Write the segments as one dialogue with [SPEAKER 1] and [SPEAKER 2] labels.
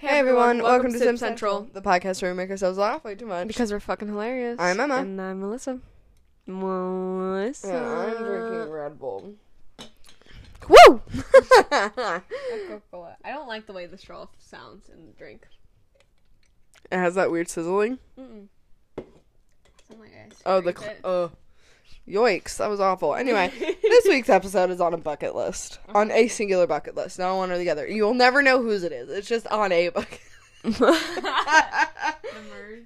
[SPEAKER 1] everyone, welcome, to Sim
[SPEAKER 2] Sim
[SPEAKER 1] Central, the podcast where we make ourselves laugh way too much.
[SPEAKER 2] Because we're fucking hilarious.
[SPEAKER 1] I'm Emma.
[SPEAKER 2] And I'm Melissa. Melissa.
[SPEAKER 1] yeah, I'm drinking Red Bull.
[SPEAKER 2] Woo!
[SPEAKER 1] it
[SPEAKER 2] Coca-Cola. I don't like the way the straw sounds in the drink.
[SPEAKER 1] has that weird sizzling.
[SPEAKER 2] Mm-mm. Sound like I
[SPEAKER 1] Oh, the
[SPEAKER 2] scrape
[SPEAKER 1] cl-
[SPEAKER 2] it.
[SPEAKER 1] oh, yoikes! That was awful. Anyway, this week's episode is on a bucket list, on a singular bucket list, not on one or the other. You'll never know whose it is. It's just on a bucket.
[SPEAKER 2] The merge.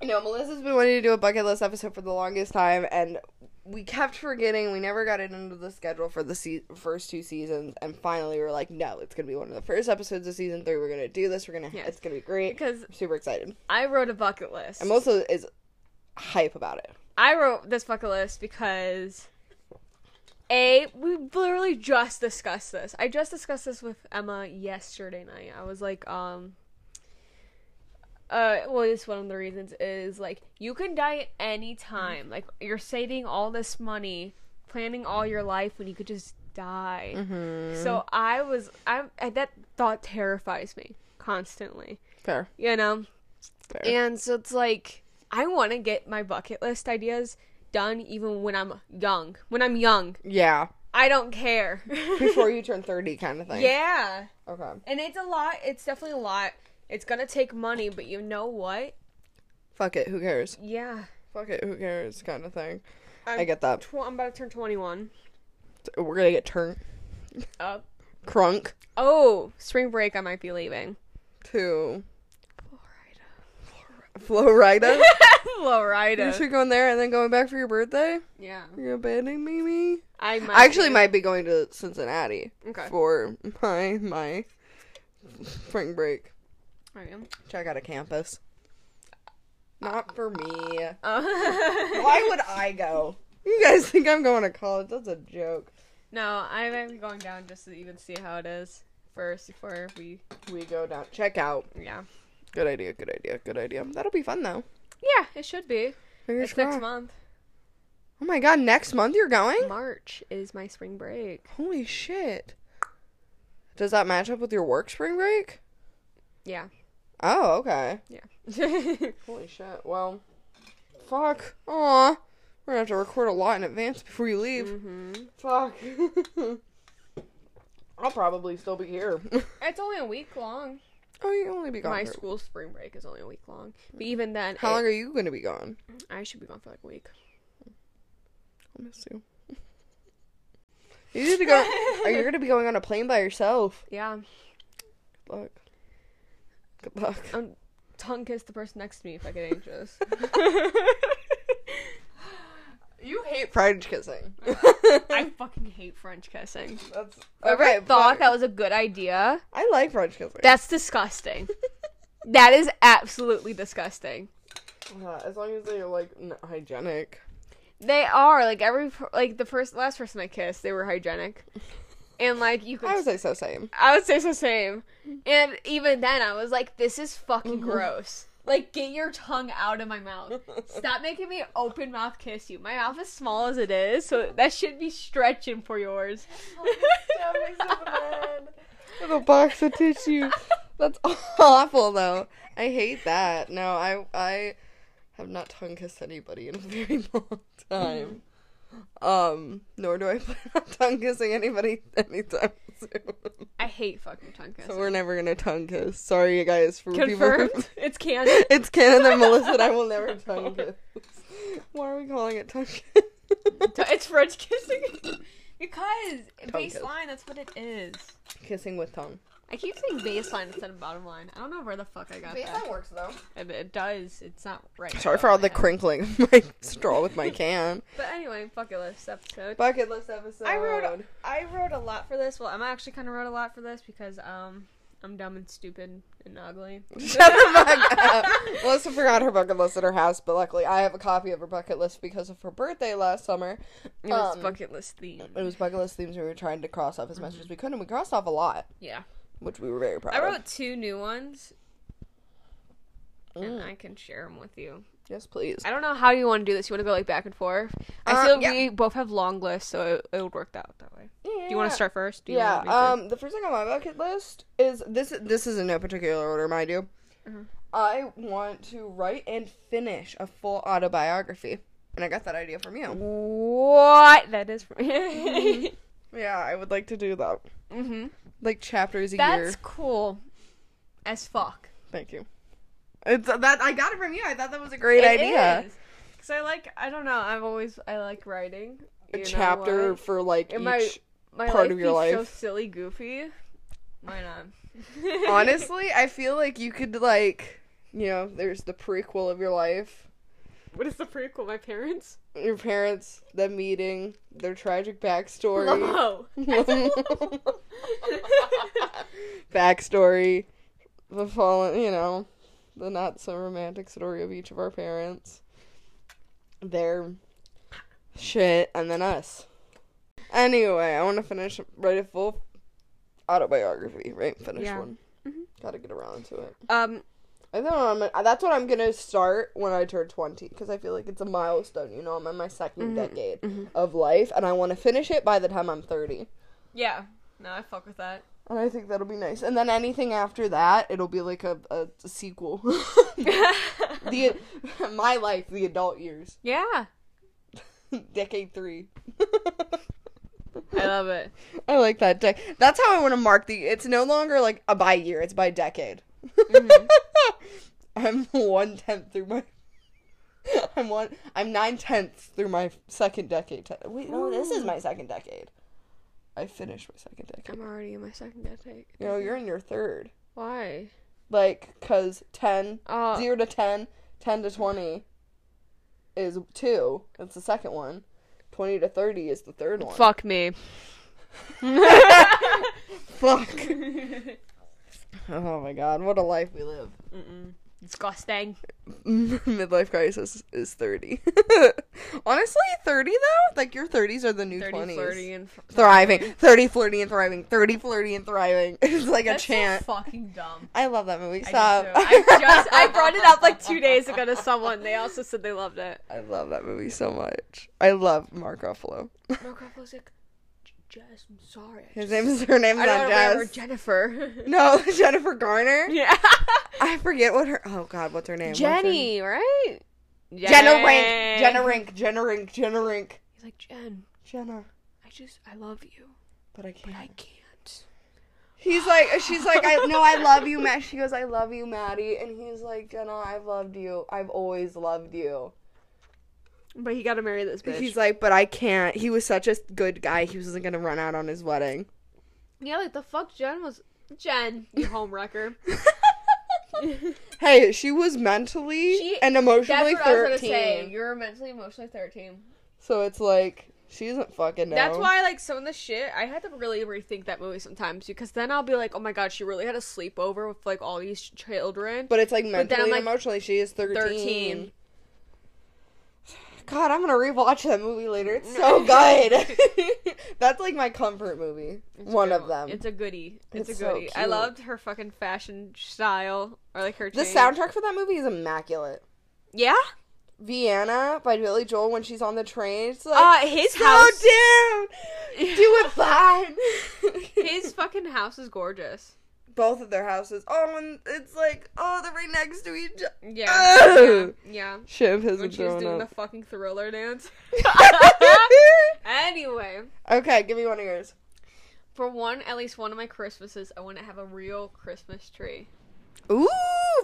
[SPEAKER 1] You know, Melissa's been wanting to do a bucket list episode for the longest time, and we kept forgetting. We never got it into the schedule for the se- first two seasons, and finally we were like, no, it's gonna be one of the first episodes of season three. We're gonna do this. We're gonna.
[SPEAKER 2] Yes.
[SPEAKER 1] It's gonna be great.
[SPEAKER 2] Because
[SPEAKER 1] I'm super excited.
[SPEAKER 2] I wrote a bucket list.
[SPEAKER 1] And Melissa is hype about it.
[SPEAKER 2] I wrote this bucket list because A, we literally just discussed this. I just discussed this with Emma yesterday night. I was like, um uh well it's one of the reasons is like you can die any time. Like you're saving all this money, planning all your life when you could just die. So I was I am that thought terrifies me constantly.
[SPEAKER 1] Fair.
[SPEAKER 2] You know?
[SPEAKER 1] Fair.
[SPEAKER 2] And so it's like I want to get my bucket list ideas done even when I'm young. When I'm young,
[SPEAKER 1] yeah.
[SPEAKER 2] I don't care.
[SPEAKER 1] Before you turn thirty, kind of thing.
[SPEAKER 2] yeah.
[SPEAKER 1] Okay.
[SPEAKER 2] And it's a lot. It's definitely a lot. It's going to take money, but you know what?
[SPEAKER 1] Fuck it. Who cares?
[SPEAKER 2] Yeah.
[SPEAKER 1] Fuck it. Who cares? Kind of thing.
[SPEAKER 2] I'm
[SPEAKER 1] I get that.
[SPEAKER 2] Tw- I'm about to turn 21.
[SPEAKER 1] We're gonna get turned
[SPEAKER 2] Uh,
[SPEAKER 1] crunk
[SPEAKER 2] oh, spring break I might be leaving.
[SPEAKER 1] to
[SPEAKER 2] Florida.
[SPEAKER 1] Florida. you
[SPEAKER 2] Florida.
[SPEAKER 1] should go in there and then going back for your birthday.
[SPEAKER 2] Yeah.
[SPEAKER 1] You're abandoning Mimi.
[SPEAKER 2] I might
[SPEAKER 1] I actually
[SPEAKER 2] be-
[SPEAKER 1] might be going to Cincinnati
[SPEAKER 2] Okay.
[SPEAKER 1] for my my spring break.
[SPEAKER 2] I am.
[SPEAKER 1] Check out a campus. Not for me.
[SPEAKER 2] Uh,
[SPEAKER 1] Why would I go? You guys think I'm going to college? That's a joke.
[SPEAKER 2] No, I might be going down just to even see how it is first before we.
[SPEAKER 1] We go down. Check out.
[SPEAKER 2] Yeah.
[SPEAKER 1] Good idea. Good idea. Good idea. That'll be fun though.
[SPEAKER 2] Yeah, it should be.
[SPEAKER 1] Fingers
[SPEAKER 2] it's next
[SPEAKER 1] crossed.
[SPEAKER 2] month.
[SPEAKER 1] Oh my god! Next month you're going?
[SPEAKER 2] March is my spring break.
[SPEAKER 1] Holy shit! Does that match up with your work spring break?
[SPEAKER 2] Yeah.
[SPEAKER 1] Oh, okay.
[SPEAKER 2] Yeah.
[SPEAKER 1] Holy shit. Well, fuck. Aw. We're gonna have to record a lot in advance before you leave.
[SPEAKER 2] hmm
[SPEAKER 1] Fuck. I'll probably still be here.
[SPEAKER 2] It's only a week long.
[SPEAKER 1] oh, you only be gone.
[SPEAKER 2] My
[SPEAKER 1] for-
[SPEAKER 2] school spring break is only a week long. But even then,
[SPEAKER 1] How
[SPEAKER 2] it-
[SPEAKER 1] long are you gonna be gone?
[SPEAKER 2] I should be gone for like a week.
[SPEAKER 1] I'll miss you. You need to go. Are you gonna be going on a plane by yourself?
[SPEAKER 2] Yeah.
[SPEAKER 1] Good luck. Good luck.
[SPEAKER 2] I'm tongue kiss the person next to me if I get anxious.
[SPEAKER 1] You hate French kissing.
[SPEAKER 2] I fucking hate French kissing.
[SPEAKER 1] That's
[SPEAKER 2] Whoever
[SPEAKER 1] okay.
[SPEAKER 2] thought
[SPEAKER 1] Thought
[SPEAKER 2] that was a good idea.
[SPEAKER 1] I like French kissing.
[SPEAKER 2] That's disgusting. that is absolutely disgusting.
[SPEAKER 1] Yeah, as long as they're like n- hygienic.
[SPEAKER 2] They are like every per- like the first last person I kissed, they were hygienic, and like you could.
[SPEAKER 1] I was like so same.
[SPEAKER 2] I would say it's the same. And even then, I was like, "This is fucking gross." Like, get your tongue out of my mouth. Stop making me open mouth kiss you. My mouth is small as it is, so that should be stretching for yours.
[SPEAKER 1] With a box of tissue. That's awful, though. I hate that. No, I I have not tongue kissed anybody in a very long time. Um, nor do I plan on tongue kissing anybody anytime soon.
[SPEAKER 2] I hate fucking tongue kissing.
[SPEAKER 1] So we're never gonna tongue kiss. Sorry, you guys, for people.
[SPEAKER 2] Confirmed. it's canon.
[SPEAKER 1] It's canon that Melissa and I will never tongue kiss. Why are we calling it tongue kiss?
[SPEAKER 2] it's French kissing. because
[SPEAKER 1] Tongue kiss.
[SPEAKER 2] baseline, that's what it is.
[SPEAKER 1] Kissing with tongue.
[SPEAKER 2] I keep saying baseline instead of bottom line. I don't know where the fuck I got that.
[SPEAKER 1] works though.
[SPEAKER 2] It, it does. It's not right.
[SPEAKER 1] Sorry
[SPEAKER 2] above
[SPEAKER 1] for all
[SPEAKER 2] my
[SPEAKER 1] the
[SPEAKER 2] head.
[SPEAKER 1] crinkling of my straw with my can.
[SPEAKER 2] But anyway, fuck it. Let's episode.
[SPEAKER 1] Bucket list episode.
[SPEAKER 2] I wrote I wrote a lot for this. Well, Emma actually kind of wrote a lot for this because um I'm dumb and stupid and ugly.
[SPEAKER 1] Shut the fuck up. Melissa forgot her bucket list at her house, but luckily I have a copy of her bucket list because of her birthday last summer.
[SPEAKER 2] It was
[SPEAKER 1] Um,
[SPEAKER 2] bucket list theme.
[SPEAKER 1] It was bucket list themes we were trying to cross off as much as we could, and we crossed off a lot,
[SPEAKER 2] Yeah,
[SPEAKER 1] which we were very proud
[SPEAKER 2] I
[SPEAKER 1] of.
[SPEAKER 2] wrote two new ones and
[SPEAKER 1] Mm.
[SPEAKER 2] I can share them with you.
[SPEAKER 1] Yes, please.
[SPEAKER 2] I don't know how you want to do this. You want to go like back and forth? I
[SPEAKER 1] Uh,
[SPEAKER 2] feel
[SPEAKER 1] yeah.
[SPEAKER 2] we both have long lists, so it, it would work out that way.
[SPEAKER 1] Yeah, Yeah.
[SPEAKER 2] Do you want to start first? Do you
[SPEAKER 1] yeah.
[SPEAKER 2] want me to?
[SPEAKER 1] Um, the first thing on my bucket list is this. This is in no particular order, mind you.
[SPEAKER 2] Mhm.
[SPEAKER 1] I want to write and finish a full autobiography, and I got that idea from you.
[SPEAKER 2] What? That is. mm
[SPEAKER 1] Mm-hmm. Yeah, I would like to do that. Like chapters a year.
[SPEAKER 2] That's cool as fuck.
[SPEAKER 1] Thank you. It's that I got it from you. I thought that was a great idea.
[SPEAKER 2] Because I like, I don't know, I've always, I like writing.
[SPEAKER 1] A
[SPEAKER 2] You know
[SPEAKER 1] chapter
[SPEAKER 2] what?
[SPEAKER 1] for like
[SPEAKER 2] It
[SPEAKER 1] each.
[SPEAKER 2] might- My
[SPEAKER 1] part
[SPEAKER 2] life
[SPEAKER 1] of your
[SPEAKER 2] be so
[SPEAKER 1] life.
[SPEAKER 2] silly goofy. Why not?
[SPEAKER 1] Honestly, I feel like you could like, you know, there's the prequel of your life.
[SPEAKER 2] What is the prequel? My parents?
[SPEAKER 1] Your parents, them meeting, their tragic backstory,
[SPEAKER 2] No.
[SPEAKER 1] backstory, the fallen, you know, the not so romantic story of each of our parents, their shit, and then us. Anyway, I want to finish write a full autobiography, right? Finish
[SPEAKER 2] Yeah.
[SPEAKER 1] one.
[SPEAKER 2] Mhm.
[SPEAKER 1] Gotta get around to it.
[SPEAKER 2] um,
[SPEAKER 1] I think I'm gonna- that's what I'm gonna start when I turn 20 because I feel like it's a milestone. You know, I'm in my 2nd decade of life, and I want to finish it by the time I'm 30.
[SPEAKER 2] yeah. No, I fuck with that.
[SPEAKER 1] And I think that'll be nice. And then anything after that, it'll be like a, a, a sequel. the my life, the adult years,
[SPEAKER 2] yeah.
[SPEAKER 1] decade three.
[SPEAKER 2] I love it.
[SPEAKER 1] I like that. De- that's how I want to mark the. It's no longer like a by year. It's by decade. I'm one tenth through my. I'm one. I'm nine tenths through my second decade. Te- Wait, no, this is my second decade. I finished my second decade.
[SPEAKER 2] I'm already in my second decade.
[SPEAKER 1] No, you're in your third.
[SPEAKER 2] Why?
[SPEAKER 1] Like, cause 10,
[SPEAKER 2] Oh.
[SPEAKER 1] 0 to 10, 10 to 20 is 2. That's the second one. 20 to 30 is the third one.
[SPEAKER 2] Fuck me.
[SPEAKER 1] Fuck. oh my god, what a life we live.
[SPEAKER 2] Disgusting.
[SPEAKER 1] Midlife crisis is 30. Honestly, 30 though? Like, your 30s are the new
[SPEAKER 2] 30,
[SPEAKER 1] 20s.
[SPEAKER 2] flirty, and f-
[SPEAKER 1] Thriving. 30, flirty, and thriving. 30, flirty, and thriving. It's like
[SPEAKER 2] That's
[SPEAKER 1] a
[SPEAKER 2] so
[SPEAKER 1] chant.
[SPEAKER 2] fucking dumb.
[SPEAKER 1] I love that movie.
[SPEAKER 2] I
[SPEAKER 1] Stop.
[SPEAKER 2] do too. I just I brought it up like two days ago to someone. They also said they loved it.
[SPEAKER 1] I love that movie so much. I love Mark Ruffalo.
[SPEAKER 2] Mark Ruffalo's like, Jess, I'm sorry. I
[SPEAKER 1] His name's her name's
[SPEAKER 2] I don't
[SPEAKER 1] not
[SPEAKER 2] remember
[SPEAKER 1] Jess.
[SPEAKER 2] Jennifer.
[SPEAKER 1] no, Jennifer Garner.
[SPEAKER 2] yeah.
[SPEAKER 1] I forget what her. Oh God, what's her name? What's her name?
[SPEAKER 2] Jenny, right?
[SPEAKER 1] Jenna Rink. Jenna Rink. Jenna Rink. Jenna Rink.
[SPEAKER 2] He's like, Jen,
[SPEAKER 1] Jenna.
[SPEAKER 2] I just I love you,
[SPEAKER 1] But I
[SPEAKER 2] but I
[SPEAKER 1] can't.
[SPEAKER 2] can't.
[SPEAKER 1] He's like, she's like, I no, I love you, Matt. She goes, I love you, Maddie, and he's like, Jenna, I've loved you. I've always loved you.
[SPEAKER 2] But he got to marry this bitch.
[SPEAKER 1] He's like, but I can't. He was such a good guy. He wasn't gonna run out on his wedding.
[SPEAKER 2] yeah, like the fuck, Jen was Jen, you homewrecker.
[SPEAKER 1] Hey, she was mentally
[SPEAKER 2] She-
[SPEAKER 1] and emotionally
[SPEAKER 2] That's what I was gonna
[SPEAKER 1] thirteen.
[SPEAKER 2] say. You're mentally, emotionally thirteen.
[SPEAKER 1] So it's like she doesn't fucking know.
[SPEAKER 2] That's why, like, some of the shit, I had to really rethink that movie sometimes because then I'll be like, oh my god, she really had a sleepover with, like, all these children.
[SPEAKER 1] But it's like
[SPEAKER 2] then
[SPEAKER 1] mentally
[SPEAKER 2] I'm,
[SPEAKER 1] and
[SPEAKER 2] like,
[SPEAKER 1] emotionally, she is 13.
[SPEAKER 2] 13.
[SPEAKER 1] God, I'm gonna rewatch that movie later. It's so good. That's like my comfort movie.
[SPEAKER 2] It's a
[SPEAKER 1] one
[SPEAKER 2] good
[SPEAKER 1] of them.
[SPEAKER 2] It's a goodie. It's,
[SPEAKER 1] It's
[SPEAKER 2] a
[SPEAKER 1] so
[SPEAKER 2] goodie. I
[SPEAKER 1] cute.
[SPEAKER 2] loved her fucking fashion style or, like, her
[SPEAKER 1] the
[SPEAKER 2] change.
[SPEAKER 1] soundtrack for that movie is immaculate.
[SPEAKER 2] Yeah?
[SPEAKER 1] Vienna by Billy Joel when she's on the train. It's like
[SPEAKER 2] Uh, his
[SPEAKER 1] so
[SPEAKER 2] house.
[SPEAKER 1] down. Do it fine.
[SPEAKER 2] his fucking house is gorgeous.
[SPEAKER 1] Both of their houses. Oh, and it's like oh, they're right next to each other.
[SPEAKER 2] Yeah.
[SPEAKER 1] Ugh.
[SPEAKER 2] yeah. yeah.
[SPEAKER 1] Shit, I'm
[SPEAKER 2] When
[SPEAKER 1] pissed
[SPEAKER 2] she's
[SPEAKER 1] growing
[SPEAKER 2] doing
[SPEAKER 1] up.
[SPEAKER 2] the fucking thriller dance. anyway.
[SPEAKER 1] okay, give me one of yours.
[SPEAKER 2] For one, at least one of my Christmases, I want to have a real Christmas tree.
[SPEAKER 1] Ooh,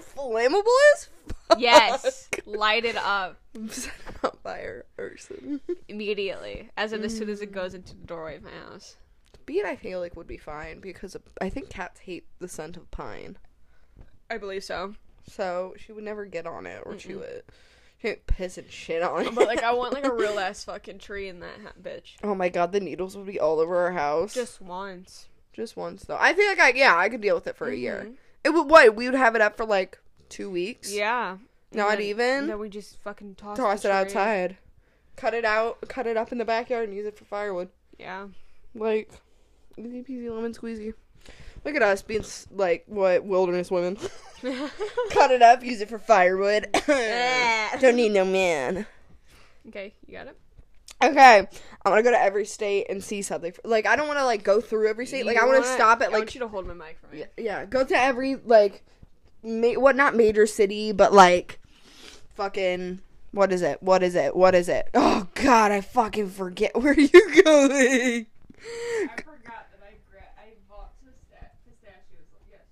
[SPEAKER 1] flammable as fuck.
[SPEAKER 2] Yes, light it up
[SPEAKER 1] Set it on fire, Urson.
[SPEAKER 2] immediately, as in as soon as it goes into the doorway of my house.
[SPEAKER 1] Beet, I feel like, would be fine because I think cats hate the scent of pine.
[SPEAKER 2] I believe so.
[SPEAKER 1] So she would never get on it or chew it. She would piss and shit on it.
[SPEAKER 2] But like, I want like a real ass fucking tree in that ha- bitch.
[SPEAKER 1] oh my god, the needles would be all over our house.
[SPEAKER 2] Just once.
[SPEAKER 1] Just once, though. I feel like I, yeah, I could deal with it for a year.
[SPEAKER 2] Mhm.
[SPEAKER 1] It would, what? We would have it up for like two weeks?
[SPEAKER 2] Yeah.
[SPEAKER 1] Not
[SPEAKER 2] And then-
[SPEAKER 1] even?
[SPEAKER 2] Then we just fucking toss,
[SPEAKER 1] Toss
[SPEAKER 2] the
[SPEAKER 1] it
[SPEAKER 2] tree.
[SPEAKER 1] outside. Cut it out, cut it up in the backyard and use it for firewood.
[SPEAKER 2] Yeah.
[SPEAKER 1] Like, easy peasy lemon squeezy. Look at us being s- like what wilderness women. Cut it up, use it for firewood. Don't need no man.
[SPEAKER 2] okay, you got it.
[SPEAKER 1] okay, I want to go to every state and see something. Like, I don't want to like go through every state. Like,
[SPEAKER 2] You
[SPEAKER 1] I want to
[SPEAKER 2] wanna-
[SPEAKER 1] stop at
[SPEAKER 2] I
[SPEAKER 1] like
[SPEAKER 2] want you to hold my mic for me.
[SPEAKER 1] Y- yeah go to every like ma- what not major city but like fucking what is it what is it what is it oh god i fucking forget where you going
[SPEAKER 2] I forgot that I gra- I bought pistachios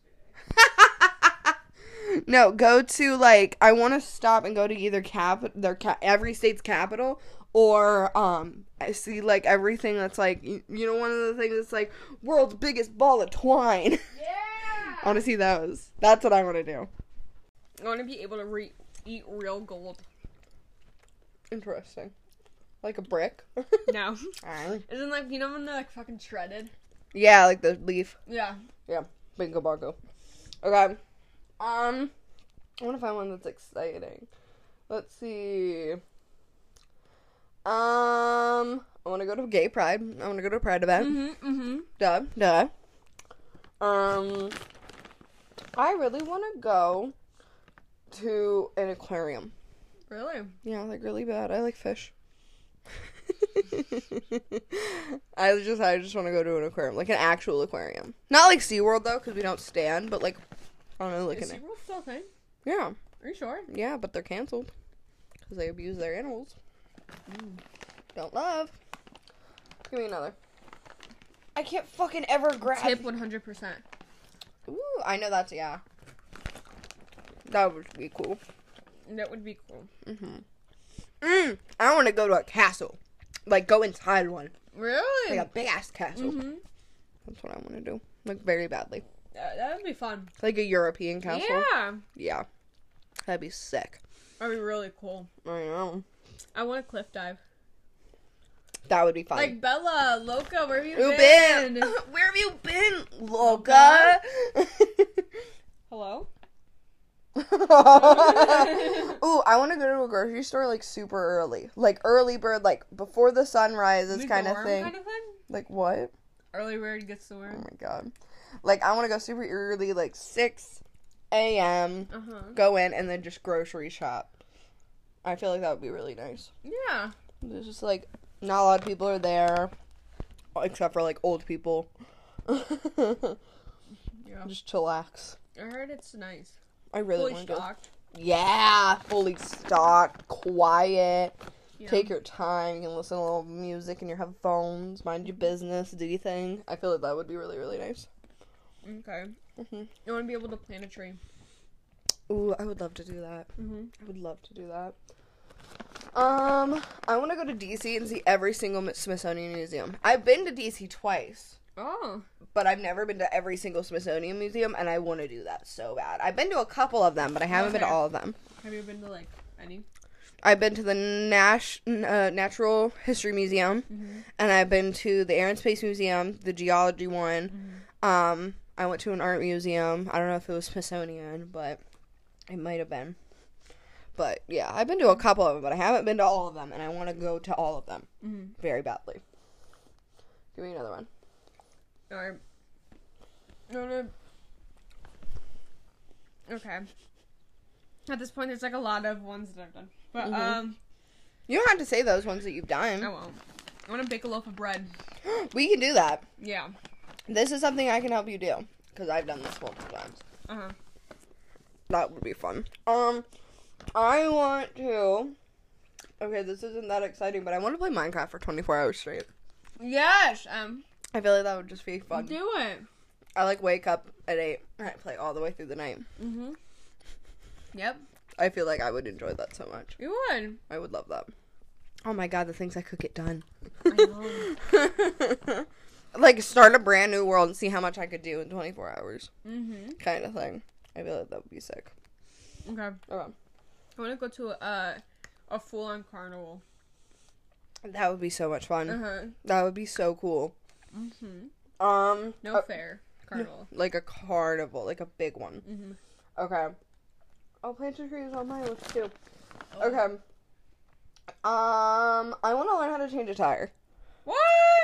[SPEAKER 2] yesterday.
[SPEAKER 1] no go to like i want to stop and go to either cap their ca- every state's capital or um I see like everything that's like y- you know one of the things that's like world's biggest ball of twine i
[SPEAKER 2] Yeah.
[SPEAKER 1] want to see those that's what i want to do
[SPEAKER 2] I want to be able to re- eat real gold.
[SPEAKER 1] interesting like a brick
[SPEAKER 2] No. Isn't like you know when they're like fucking shredded?
[SPEAKER 1] Yeah, like the leaf.
[SPEAKER 2] Yeah.
[SPEAKER 1] Bingo bongo. Okay. Um, I want to find one that's exciting. Let's see. Um, I want to go to gay pride. I want to go to a pride event.
[SPEAKER 2] Mhm. Mhm.
[SPEAKER 1] Duh, duh. Um, I really want to go to an aquarium.
[SPEAKER 2] Really?
[SPEAKER 1] Yeah, like really bad. I like fish. I just I just want to go to an aquarium, like an actual aquarium, not like SeaWorld though, because we don't stand. But like, I don't know, like
[SPEAKER 2] Is
[SPEAKER 1] an
[SPEAKER 2] SeaWorld still a thing?
[SPEAKER 1] yeah,
[SPEAKER 2] Are you sure?
[SPEAKER 1] yeah. But they're canceled because they abuse their animals. Mm. Don't love. Give me another. I can't fucking ever grab.
[SPEAKER 2] Tip one hundred percent.
[SPEAKER 1] Ooh, I know that's yeah. That would be cool. Mm-hmm.
[SPEAKER 2] That would be cool.
[SPEAKER 1] Mm, I want to go to a castle, like go inside one.
[SPEAKER 2] Really?
[SPEAKER 1] like a big ass castle.
[SPEAKER 2] Mhm.
[SPEAKER 1] That's what I want to do, like very badly,
[SPEAKER 2] That, that would be fun.
[SPEAKER 1] like a European castle. Yeah,
[SPEAKER 2] Yeah.
[SPEAKER 1] that'd be sick.
[SPEAKER 2] That'd be really cool.
[SPEAKER 1] I know.
[SPEAKER 2] I want a cliff dive.
[SPEAKER 1] That would be fun.
[SPEAKER 2] Like Bella, Loca, where have you
[SPEAKER 1] Ooh,
[SPEAKER 2] been?
[SPEAKER 1] Ben, where have you been, Loca?
[SPEAKER 2] Hello?
[SPEAKER 1] Ooh, I want to go to a grocery store like super early, like early bird, like before the sun rises,
[SPEAKER 2] Like
[SPEAKER 1] kind
[SPEAKER 2] the
[SPEAKER 1] of
[SPEAKER 2] worm
[SPEAKER 1] thing.
[SPEAKER 2] Kind of thing?
[SPEAKER 1] Like what?
[SPEAKER 2] Early bird gets the
[SPEAKER 1] Oh
[SPEAKER 2] worm.
[SPEAKER 1] my god! Like I want to go super early, like six a.m.
[SPEAKER 2] Uh huh.
[SPEAKER 1] Go in and then just grocery shop. I feel like that would be really nice.
[SPEAKER 2] Yeah.
[SPEAKER 1] There's just like not a lot of people are there, except for like old people.
[SPEAKER 2] Yeah.
[SPEAKER 1] Just chillax.
[SPEAKER 2] I heard it's nice.
[SPEAKER 1] I really
[SPEAKER 2] Fully
[SPEAKER 1] want to go.
[SPEAKER 2] stocked.
[SPEAKER 1] Yeah, fully stocked, quiet.
[SPEAKER 2] Yeah.
[SPEAKER 1] Take your time. You can listen to a little music in your headphones. Mind your business. Do your thing. I feel like that would be really, really nice.
[SPEAKER 2] Okay.
[SPEAKER 1] Mhm.
[SPEAKER 2] You want to be able to plant a tree.
[SPEAKER 1] Ooh, I would love to do that.
[SPEAKER 2] Mm-hmm.
[SPEAKER 1] I would love to do that. Um, I want to go to DC and see every single Smithsonian museum. I've been to DC twice.
[SPEAKER 2] Oh.
[SPEAKER 1] but I've never been to every single Smithsonian museum, and I want to do that so bad. I've been to a couple of them, but I haven't been to
[SPEAKER 2] Okay.
[SPEAKER 1] all of them.
[SPEAKER 2] Have you been to like any?
[SPEAKER 1] I've been to the Nash uh, Natural History Museum,
[SPEAKER 2] Mm-hmm.
[SPEAKER 1] and I've been to the Air and Space Museum, the geology one. Um, I went to an art museum. I don't know if it was Smithsonian, but it might have been. But yeah, I've been to a couple of them, but I haven't been to all of them, and I want to go to all of them
[SPEAKER 2] Mhm.
[SPEAKER 1] very badly. Give me another one.
[SPEAKER 2] Or. No, no. Okay. At this point, there's like a lot of ones that I've done, but um,
[SPEAKER 1] You don't have to say those ones that you've
[SPEAKER 2] I
[SPEAKER 1] done.
[SPEAKER 2] won't. I want to bake a loaf of bread.
[SPEAKER 1] We can do that.
[SPEAKER 2] Yeah.
[SPEAKER 1] This is something I can help you do because I've done this multiple times.
[SPEAKER 2] Uh huh.
[SPEAKER 1] That would be fun. Um, I want to. Okay, this isn't that exciting, but I want to play Minecraft for 24 hours straight.
[SPEAKER 2] Yes. Um.
[SPEAKER 1] I feel like that would just be fun.
[SPEAKER 2] Do it.
[SPEAKER 1] I like wake up at 8 and I play all the way through the night.
[SPEAKER 2] Mm-hmm. Yep.
[SPEAKER 1] I feel like I would enjoy that so much.
[SPEAKER 2] You would.
[SPEAKER 1] I would love that. Oh my god, the things I could get done.
[SPEAKER 2] I
[SPEAKER 1] like, start a brand new world and see how much I could do in 24 hours,
[SPEAKER 2] mm-hmm.
[SPEAKER 1] kind of thing. I feel like that would be sick.
[SPEAKER 2] Okay.
[SPEAKER 1] Okay.
[SPEAKER 2] I want to go to a a full on carnival.
[SPEAKER 1] That would be so much fun.
[SPEAKER 2] Uh huh.
[SPEAKER 1] That would be so cool.
[SPEAKER 2] Mm-hmm.
[SPEAKER 1] Um,
[SPEAKER 2] No
[SPEAKER 1] uh,
[SPEAKER 2] fair carnival.
[SPEAKER 1] like a carnival, like a big one.
[SPEAKER 2] Mm-hmm.
[SPEAKER 1] Okay. I'll plant your trees on my list too. Okay. Um, I want to learn how to change a tire.
[SPEAKER 2] What?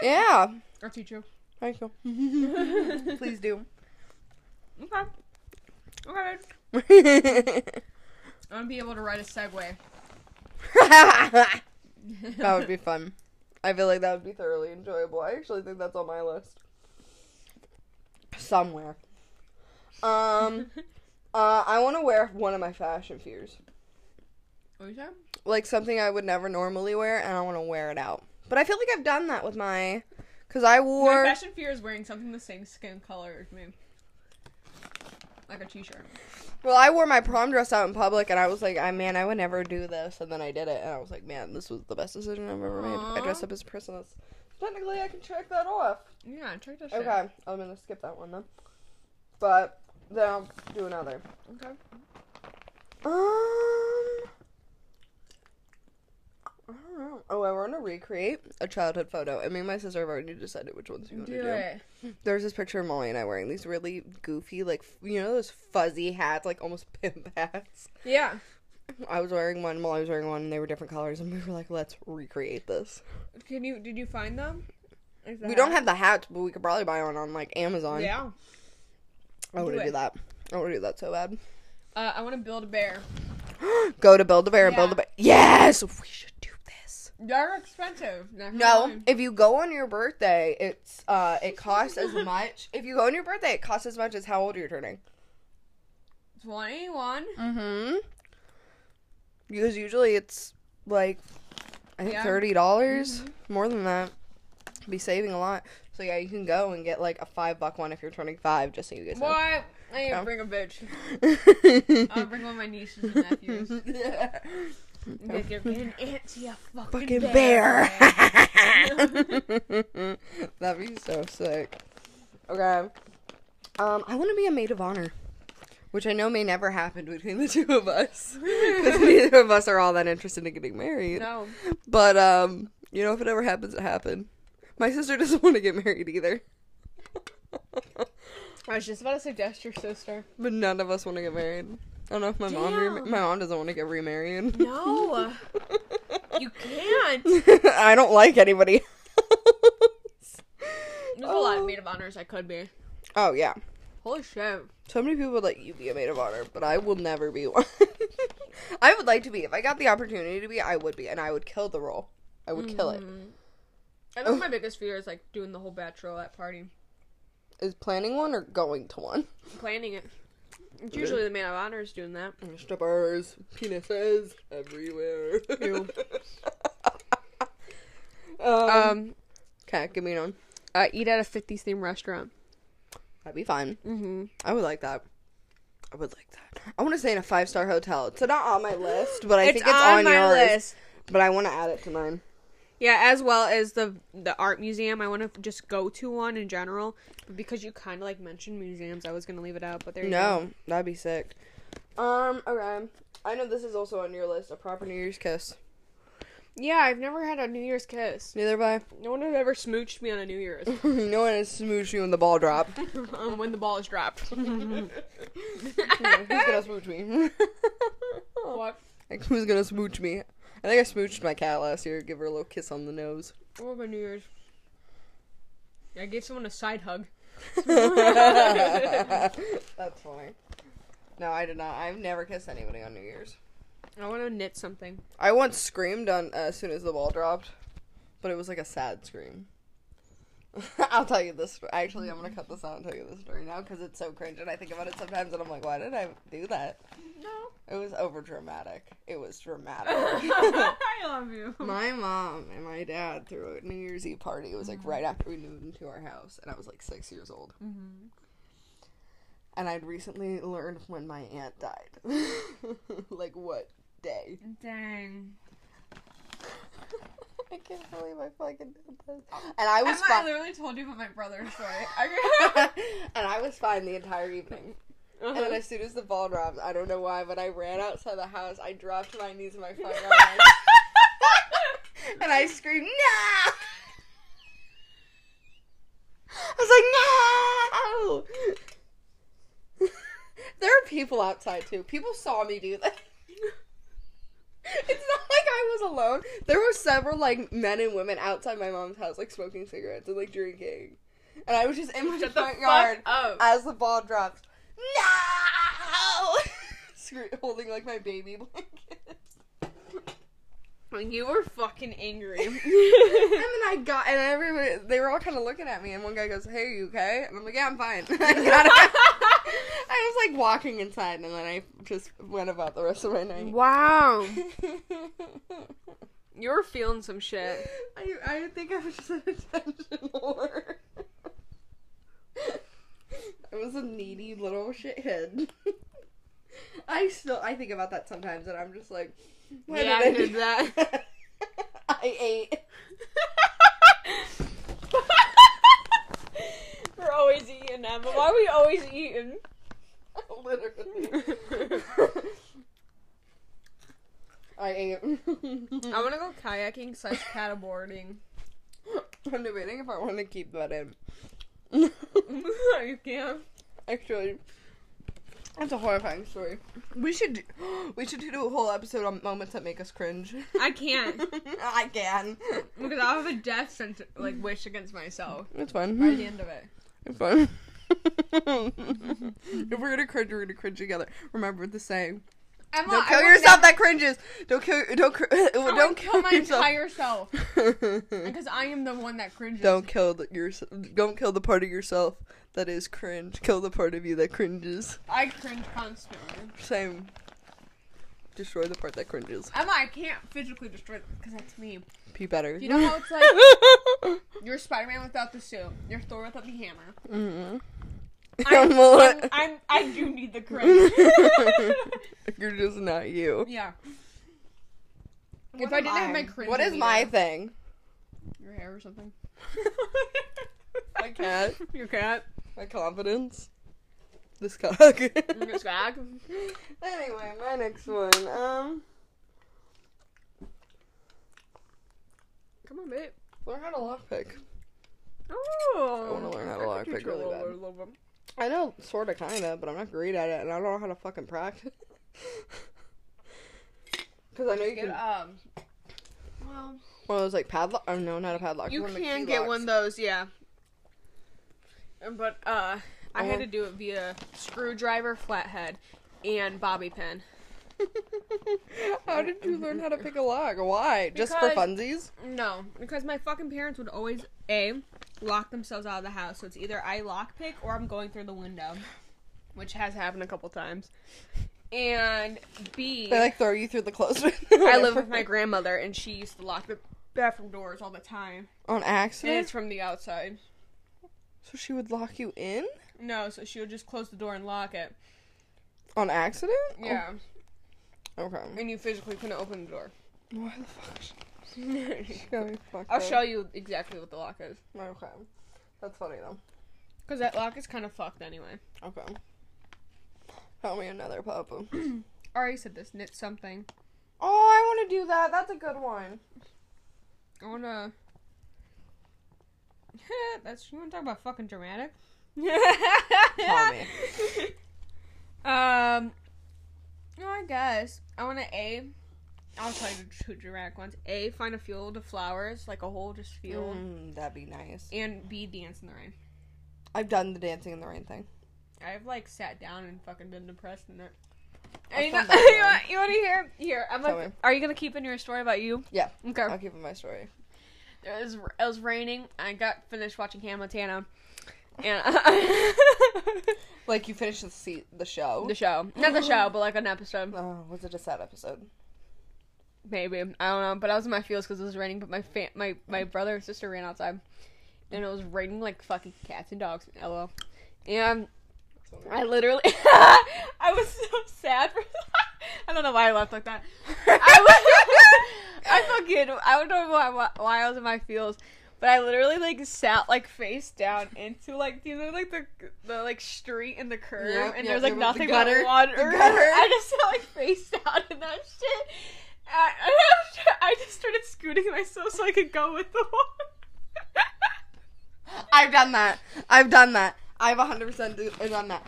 [SPEAKER 1] Yeah.
[SPEAKER 2] I'll teach you.
[SPEAKER 1] Thank you.
[SPEAKER 2] okay.
[SPEAKER 1] Please do.
[SPEAKER 2] Okay. Babe. I want to be able to ride a Segway.
[SPEAKER 1] that would be fun. I feel like that would be thoroughly enjoyable. I actually think that's on my list. Somewhere. Um uh I want to wear one of my fashion fears.
[SPEAKER 2] What was that?
[SPEAKER 1] Like something I would never normally wear and I want to wear it out. But I feel like I've done that with my cuz I
[SPEAKER 2] My
[SPEAKER 1] wore
[SPEAKER 2] fashion fear is wearing something the same skin color as me. Like a t-shirt.
[SPEAKER 1] well I wore my prom dress out in public and I was like, I man, I would never do this and then I did it and I was like, man, this was the best decision I've ever made. I
[SPEAKER 2] Aw.
[SPEAKER 1] dressed up as Christmas. Technically, I can check that off.
[SPEAKER 2] Yeah, check that shit.
[SPEAKER 1] Okay, I'm gonna skip that one then. But then I'll do another.
[SPEAKER 2] Okay.
[SPEAKER 1] Um, I don't know. Oh, I want to recreate a childhood photo. And me and my sister have already decided which ones we want to
[SPEAKER 2] Do
[SPEAKER 1] do.
[SPEAKER 2] it.
[SPEAKER 1] There's this picture of Molly and I wearing these really goofy, like f- you know those fuzzy hats, like almost pimp hats.
[SPEAKER 2] Yeah.
[SPEAKER 1] I was wearing one, Molly was wearing one, and they were different colors. And we were like, let's recreate this.
[SPEAKER 2] Can you? Did you find them? Is
[SPEAKER 1] We
[SPEAKER 2] that-
[SPEAKER 1] don't have the hats, but we could probably buy one on like Amazon.
[SPEAKER 2] Yeah.
[SPEAKER 1] I want
[SPEAKER 2] do
[SPEAKER 1] to
[SPEAKER 2] it.
[SPEAKER 1] do that. I want to do that so bad.
[SPEAKER 2] Uh, I want to build a bear.
[SPEAKER 1] Go to Build a Bear and
[SPEAKER 2] Yeah.
[SPEAKER 1] Build a Bear. Yes, we should do this.
[SPEAKER 2] They're expensive. Not gonna
[SPEAKER 1] No,
[SPEAKER 2] lie.
[SPEAKER 1] if you go on your birthday, it's uh, it costs as much. If you go on your birthday, it costs as much as how old you're turning.
[SPEAKER 2] Twenty-one.
[SPEAKER 1] Mm-hmm. Because usually it's like I think
[SPEAKER 2] Yeah. Mm-hmm.
[SPEAKER 1] thirty dollars more than that. Be saving a lot. So yeah, you can go and get like a five buck one if you're turning five, just so you guys
[SPEAKER 2] What? I ain't
[SPEAKER 1] No.
[SPEAKER 2] bring a bitch.
[SPEAKER 1] know.
[SPEAKER 2] I'll bring one of my nieces and nephews. Like, you're getting antsy, you fucking,
[SPEAKER 1] fucking
[SPEAKER 2] bear.
[SPEAKER 1] bear. That'd be so sick. Okay. Um, I want to be a maid of honor, which I know may never happen between the two of us because neither of us are all that interested in getting married.
[SPEAKER 2] No.
[SPEAKER 1] But um, you know, if it ever happens, it happened. My sister doesn't want to get married either,
[SPEAKER 2] I was just about to suggest your sister.
[SPEAKER 1] but none of us want to get married. I don't know if my mom rema
[SPEAKER 2] Damn.
[SPEAKER 1] my mom doesn't want to get remarried.
[SPEAKER 2] No. you can't.
[SPEAKER 1] I don't like anybody. else.
[SPEAKER 2] There's a lot
[SPEAKER 1] Oh.
[SPEAKER 2] of maid of honors I could be.
[SPEAKER 1] Oh yeah.
[SPEAKER 2] Holy shit.
[SPEAKER 1] So many people would let you be a maid of honor, but I will never be one. I would like to be. If I got the opportunity to be, I would be, and I would kill the role. I would kill it.
[SPEAKER 2] Mm. I think my biggest fear is like doing the whole bachelorette party,
[SPEAKER 1] Is planning one or going to one?
[SPEAKER 2] planning it. It's usually the maid of honors doing that.
[SPEAKER 1] Strippers, penises everywhere. um,
[SPEAKER 2] Um,
[SPEAKER 1] okay, give me one.
[SPEAKER 2] uh, eat at a '50s themed restaurant.
[SPEAKER 1] That'd be fun.
[SPEAKER 2] Mm-hmm.
[SPEAKER 1] I would like that. I would like that. I want to stay in a five star hotel. It's not on my list, but I
[SPEAKER 2] it's
[SPEAKER 1] think it's
[SPEAKER 2] on,
[SPEAKER 1] on,
[SPEAKER 2] my
[SPEAKER 1] yours.
[SPEAKER 2] list.
[SPEAKER 1] But I want to add it to mine.
[SPEAKER 2] Yeah, as well as the the art museum. I want to just go to one in general, but because you kind of like mentioned museums, I was gonna leave it out. But there you go.
[SPEAKER 1] No, that'd be sick. Um, okay. I know this is also on your list, a proper New Year's kiss.
[SPEAKER 2] Yeah, I've never had a New Year's kiss.
[SPEAKER 1] Neither have
[SPEAKER 2] No one has ever smooched me on a New Year's
[SPEAKER 1] I. no one has smooched you in the ball drop.
[SPEAKER 2] um, when the ball is dropped.
[SPEAKER 1] Who's gonna smooch me?
[SPEAKER 2] what?
[SPEAKER 1] like, who's gonna smooch me? I think I smooched my cat last year, give her a little kiss on the nose.
[SPEAKER 2] What about New Year's? I gave someone a side hug.
[SPEAKER 1] That's funny. No, I did not. I've never kissed anybody on New Year's.
[SPEAKER 2] I want to knit something.
[SPEAKER 1] I once screamed on uh, as soon as the ball dropped, but it was like a sad scream. I'll tell you this. sto- Actually, I'm gonna cut this out and tell you this story now because it's so cringe, and I think about it sometimes, and I'm like, why did I do that?
[SPEAKER 2] No.
[SPEAKER 1] It was over dramatic. It was dramatic.
[SPEAKER 2] I love you.
[SPEAKER 1] my mom and my dad threw a New Year's Eve party. It was like right after we moved into our house, and I was like six years old. And I'd recently learned when my aunt died. like what day?
[SPEAKER 2] Dang.
[SPEAKER 1] I can't believe I fucking did this. And I was
[SPEAKER 2] I
[SPEAKER 1] fine.
[SPEAKER 2] literally told you about my brother's story.
[SPEAKER 1] and I was fine the entire evening.
[SPEAKER 2] Uh-huh.
[SPEAKER 1] And then as soon as the ball dropped, I don't know why, but I ran outside the house. I dropped to my knees and my phone. and I- and I screamed, "No!" I was like, "No!" there are people outside too. People saw me do that. It's not like I was alone. There were several like men and women outside my mom's house, like smoking cigarettes and like drinking, and I was just in my
[SPEAKER 2] Shut the
[SPEAKER 1] front
[SPEAKER 2] fuck
[SPEAKER 1] yard
[SPEAKER 2] up.
[SPEAKER 1] as the ball dropped. No! Scream, holding like my baby blanket.
[SPEAKER 2] You were fucking angry.
[SPEAKER 1] And then I got, and everybody, they were all kind of looking at me, and one guy goes, "Hey, you okay?" And I'm like, "Yeah, I'm fine." I got it. I was like walking inside, and then I just went about the rest of my night.
[SPEAKER 2] wow. You were feeling some shit.
[SPEAKER 1] I, I think I was just an attention whore. I was a needy little shithead. I still I think about that sometimes, and I'm just like, why
[SPEAKER 2] Yeah, I did
[SPEAKER 1] do
[SPEAKER 2] that.
[SPEAKER 1] I ate.
[SPEAKER 2] We're always eating, Emma. Why are we always eating?
[SPEAKER 1] Literally. I ate.
[SPEAKER 2] I want to go kayaking slash paddleboarding.
[SPEAKER 1] I'm debating if I want to keep that in.
[SPEAKER 2] you can.
[SPEAKER 1] Actually, that's a horrifying story. We should we should do a whole episode on moments that make us cringe.
[SPEAKER 2] I can't
[SPEAKER 1] I can.
[SPEAKER 2] because I'll have a death sentence, like wish against myself
[SPEAKER 1] It's
[SPEAKER 2] by the
[SPEAKER 1] fun.
[SPEAKER 2] end of it.
[SPEAKER 1] It's fun. if we're gonna cringe, we're gonna cringe together. Remember the saying:
[SPEAKER 2] Emma,
[SPEAKER 1] "Don't
[SPEAKER 2] I
[SPEAKER 1] kill
[SPEAKER 2] will
[SPEAKER 1] yourself that cringes. Don't kill. Don't. Cr-
[SPEAKER 2] never- I
[SPEAKER 1] don't
[SPEAKER 2] would kill
[SPEAKER 1] kill
[SPEAKER 2] my
[SPEAKER 1] yourself.
[SPEAKER 2] entire self because I am the one that cringes.
[SPEAKER 1] don't kill the, your. Don't kill the part of yourself that is cringe. Kill the part of you that cringes.
[SPEAKER 2] I cringe constantly.
[SPEAKER 1] Same. Destroy the part that cringes.
[SPEAKER 2] Emma, I can't physically destroy them because that's me.
[SPEAKER 1] Be better.
[SPEAKER 2] You know how it's like
[SPEAKER 1] mm-hmm.
[SPEAKER 2] you're Spider-Man without the suit, you're Thor without the hammer.
[SPEAKER 1] I'm,
[SPEAKER 2] I'm, I'm, I do need the cringe.
[SPEAKER 1] You're just not you.
[SPEAKER 2] yeah.
[SPEAKER 3] What
[SPEAKER 2] if I
[SPEAKER 3] am
[SPEAKER 2] didn't have my
[SPEAKER 3] I?
[SPEAKER 2] cringe,
[SPEAKER 1] What is
[SPEAKER 2] meter-
[SPEAKER 1] my thing?
[SPEAKER 2] your hair or something?
[SPEAKER 1] My cat.
[SPEAKER 2] Your cat.
[SPEAKER 1] My confidence. This cock.
[SPEAKER 2] Your swag.
[SPEAKER 1] anyway, my next one. Um,
[SPEAKER 2] Come on, babe.
[SPEAKER 1] learn how to lockpick.
[SPEAKER 2] Oh.
[SPEAKER 1] I wanna learn how to
[SPEAKER 2] I
[SPEAKER 1] lock
[SPEAKER 2] could
[SPEAKER 1] pick
[SPEAKER 2] control
[SPEAKER 1] really bad.
[SPEAKER 2] over a little bit.
[SPEAKER 1] I know, sorta, kinda, but I'm not great at it, and I don't know how to fucking practice. Because I know you
[SPEAKER 2] Get,
[SPEAKER 1] can.
[SPEAKER 2] um. Well,
[SPEAKER 1] One of those like padlock. Oh no, not a padlock.
[SPEAKER 2] you
[SPEAKER 1] one of the
[SPEAKER 2] can
[SPEAKER 1] key
[SPEAKER 2] get
[SPEAKER 1] locks.
[SPEAKER 2] one of those, yeah. Um, But uh, I had
[SPEAKER 1] Oh.
[SPEAKER 2] to do it via screwdriver, flathead, and bobby pin.
[SPEAKER 1] how did you learn how to pick a lock? Why? Just for
[SPEAKER 2] Because-
[SPEAKER 1] funsies?
[SPEAKER 2] No, because my fucking parents would always a lock themselves out of the house. So it's either I lock pick or I'm going through the window, which has happened a couple times. And b
[SPEAKER 1] They like throw you through the closet.
[SPEAKER 2] I live with my grandmother, and she used to lock the bathroom doors all the time.
[SPEAKER 1] on
[SPEAKER 2] And
[SPEAKER 1] accident.
[SPEAKER 2] it's from the outside.
[SPEAKER 1] So she would lock you in
[SPEAKER 2] No, so she would just close the door and lock it.
[SPEAKER 1] on accident.
[SPEAKER 2] Yeah,
[SPEAKER 1] Oh, okay.
[SPEAKER 2] and you physically couldn't open the door.
[SPEAKER 1] Why the fuck? is She got me fucked
[SPEAKER 2] I'll
[SPEAKER 1] up.
[SPEAKER 2] show you exactly what the lock is,
[SPEAKER 1] Okay. That's funny though.
[SPEAKER 2] because that lock is kind of fucked anyway.
[SPEAKER 1] Okay. Tell me another papa.
[SPEAKER 2] I already said this. Knit something.
[SPEAKER 1] oh, I want to do that. That's a good one.
[SPEAKER 2] I wanna. That's you wanna talk about fucking dramatic. um. No, Um, I guess I wanna a. I'll tell you the two dramatic ones. A. Find a field of flowers, like a whole just field,
[SPEAKER 1] Mm, that'd be nice.
[SPEAKER 2] and B. Dance in the rain.
[SPEAKER 1] I've done the dancing in the rain thing.
[SPEAKER 2] I've like sat down and fucking been depressed in it.
[SPEAKER 1] I've
[SPEAKER 2] you,
[SPEAKER 1] done
[SPEAKER 2] know-
[SPEAKER 1] that
[SPEAKER 2] you want, you want to hear? Here, I'm
[SPEAKER 1] Tell
[SPEAKER 2] like,
[SPEAKER 1] me.
[SPEAKER 2] are you gonna keep in your story about you?
[SPEAKER 1] Yeah.
[SPEAKER 2] Okay.
[SPEAKER 1] I'll give him my story.
[SPEAKER 2] It was it was raining. I got finished watching Hannah Montana, and
[SPEAKER 1] Like you finished the se- the show.
[SPEAKER 2] the show, not the show, but like an episode,
[SPEAKER 1] oh, was it a sad episode?
[SPEAKER 2] maybe I don't know. But I was in my fields because it was raining. But my fa- my my brother and sister ran outside, and it was raining like fucking cats and dogs. Lol. And I literally, I was so sad. For I don't know why I laughed like that. I was, I fucking, I don't know why, why I was in my feels, but I literally like sat like face down into like you know like the the like street and the curb,
[SPEAKER 1] Yep,
[SPEAKER 2] and
[SPEAKER 1] yep,
[SPEAKER 2] there's like
[SPEAKER 1] yep, the
[SPEAKER 2] nothing
[SPEAKER 1] gutter,
[SPEAKER 2] but water.
[SPEAKER 1] the gutter.
[SPEAKER 2] I just sat like face down in that shit. I, I just started scooting myself so I could go with the water.
[SPEAKER 1] I've done that. I've done that. I've 100% do- done that.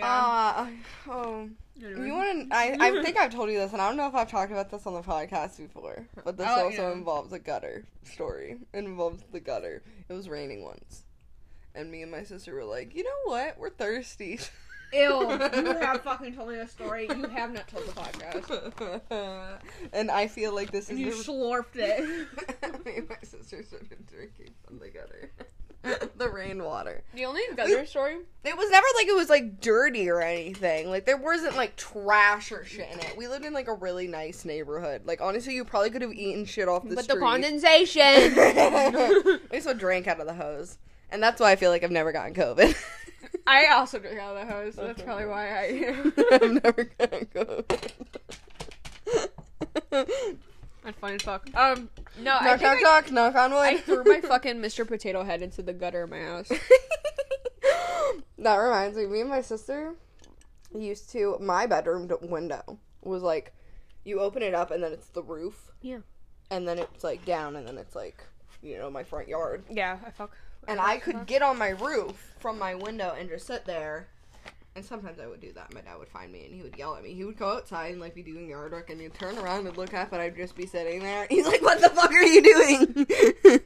[SPEAKER 1] Uh, oh. You want to? I, I think I've told you this, and I don't know if I've talked about this on the podcast before. But this
[SPEAKER 2] Oh,
[SPEAKER 1] also
[SPEAKER 2] yeah.
[SPEAKER 1] involves a gutter story. It involves the gutter. It was raining once, and me and my sister were like, "You know what? We're thirsty."
[SPEAKER 2] Ew, you have fucking told me the story. You have not told the podcast.
[SPEAKER 1] and I feel like this is
[SPEAKER 2] You
[SPEAKER 1] the...
[SPEAKER 2] slurped it.
[SPEAKER 1] Me and my sister started drinking from the gutter. the rainwater.
[SPEAKER 2] The only gutter story.
[SPEAKER 1] It was never like it was like dirty or anything. Like there wasn't like trash or shit in it. We lived in like a really nice neighborhood. Like honestly, you probably could have eaten shit off the
[SPEAKER 2] But
[SPEAKER 1] street.
[SPEAKER 2] the condensation.
[SPEAKER 1] we still drank out of the hose, and that's why I feel like I've never gotten COVID.
[SPEAKER 2] I also drank out of the hose, so that's probably why I.
[SPEAKER 1] I've never gotten COVID.
[SPEAKER 2] I'm fine as fuck. Um, no, I,
[SPEAKER 1] knock,
[SPEAKER 2] think
[SPEAKER 1] knock,
[SPEAKER 2] I,
[SPEAKER 1] knock, knock on wood.
[SPEAKER 2] I threw my fucking Mr. Potato Head into the gutter of my house.
[SPEAKER 1] that reminds me, me and my sister used to my bedroom d- window was like you open it up and then it's the roof.
[SPEAKER 3] Yeah.
[SPEAKER 1] And then it's like down and then it's like you know my front yard.
[SPEAKER 2] Yeah, I fuck.
[SPEAKER 1] And I could get on my roof from my window and just sit there. And sometimes I would do that. My dad would find me and he would yell at me. He would go outside and like be doing yard work and he'd turn around and look up and I'd just be sitting there. He's like, "What the fuck are you doing?"
[SPEAKER 2] it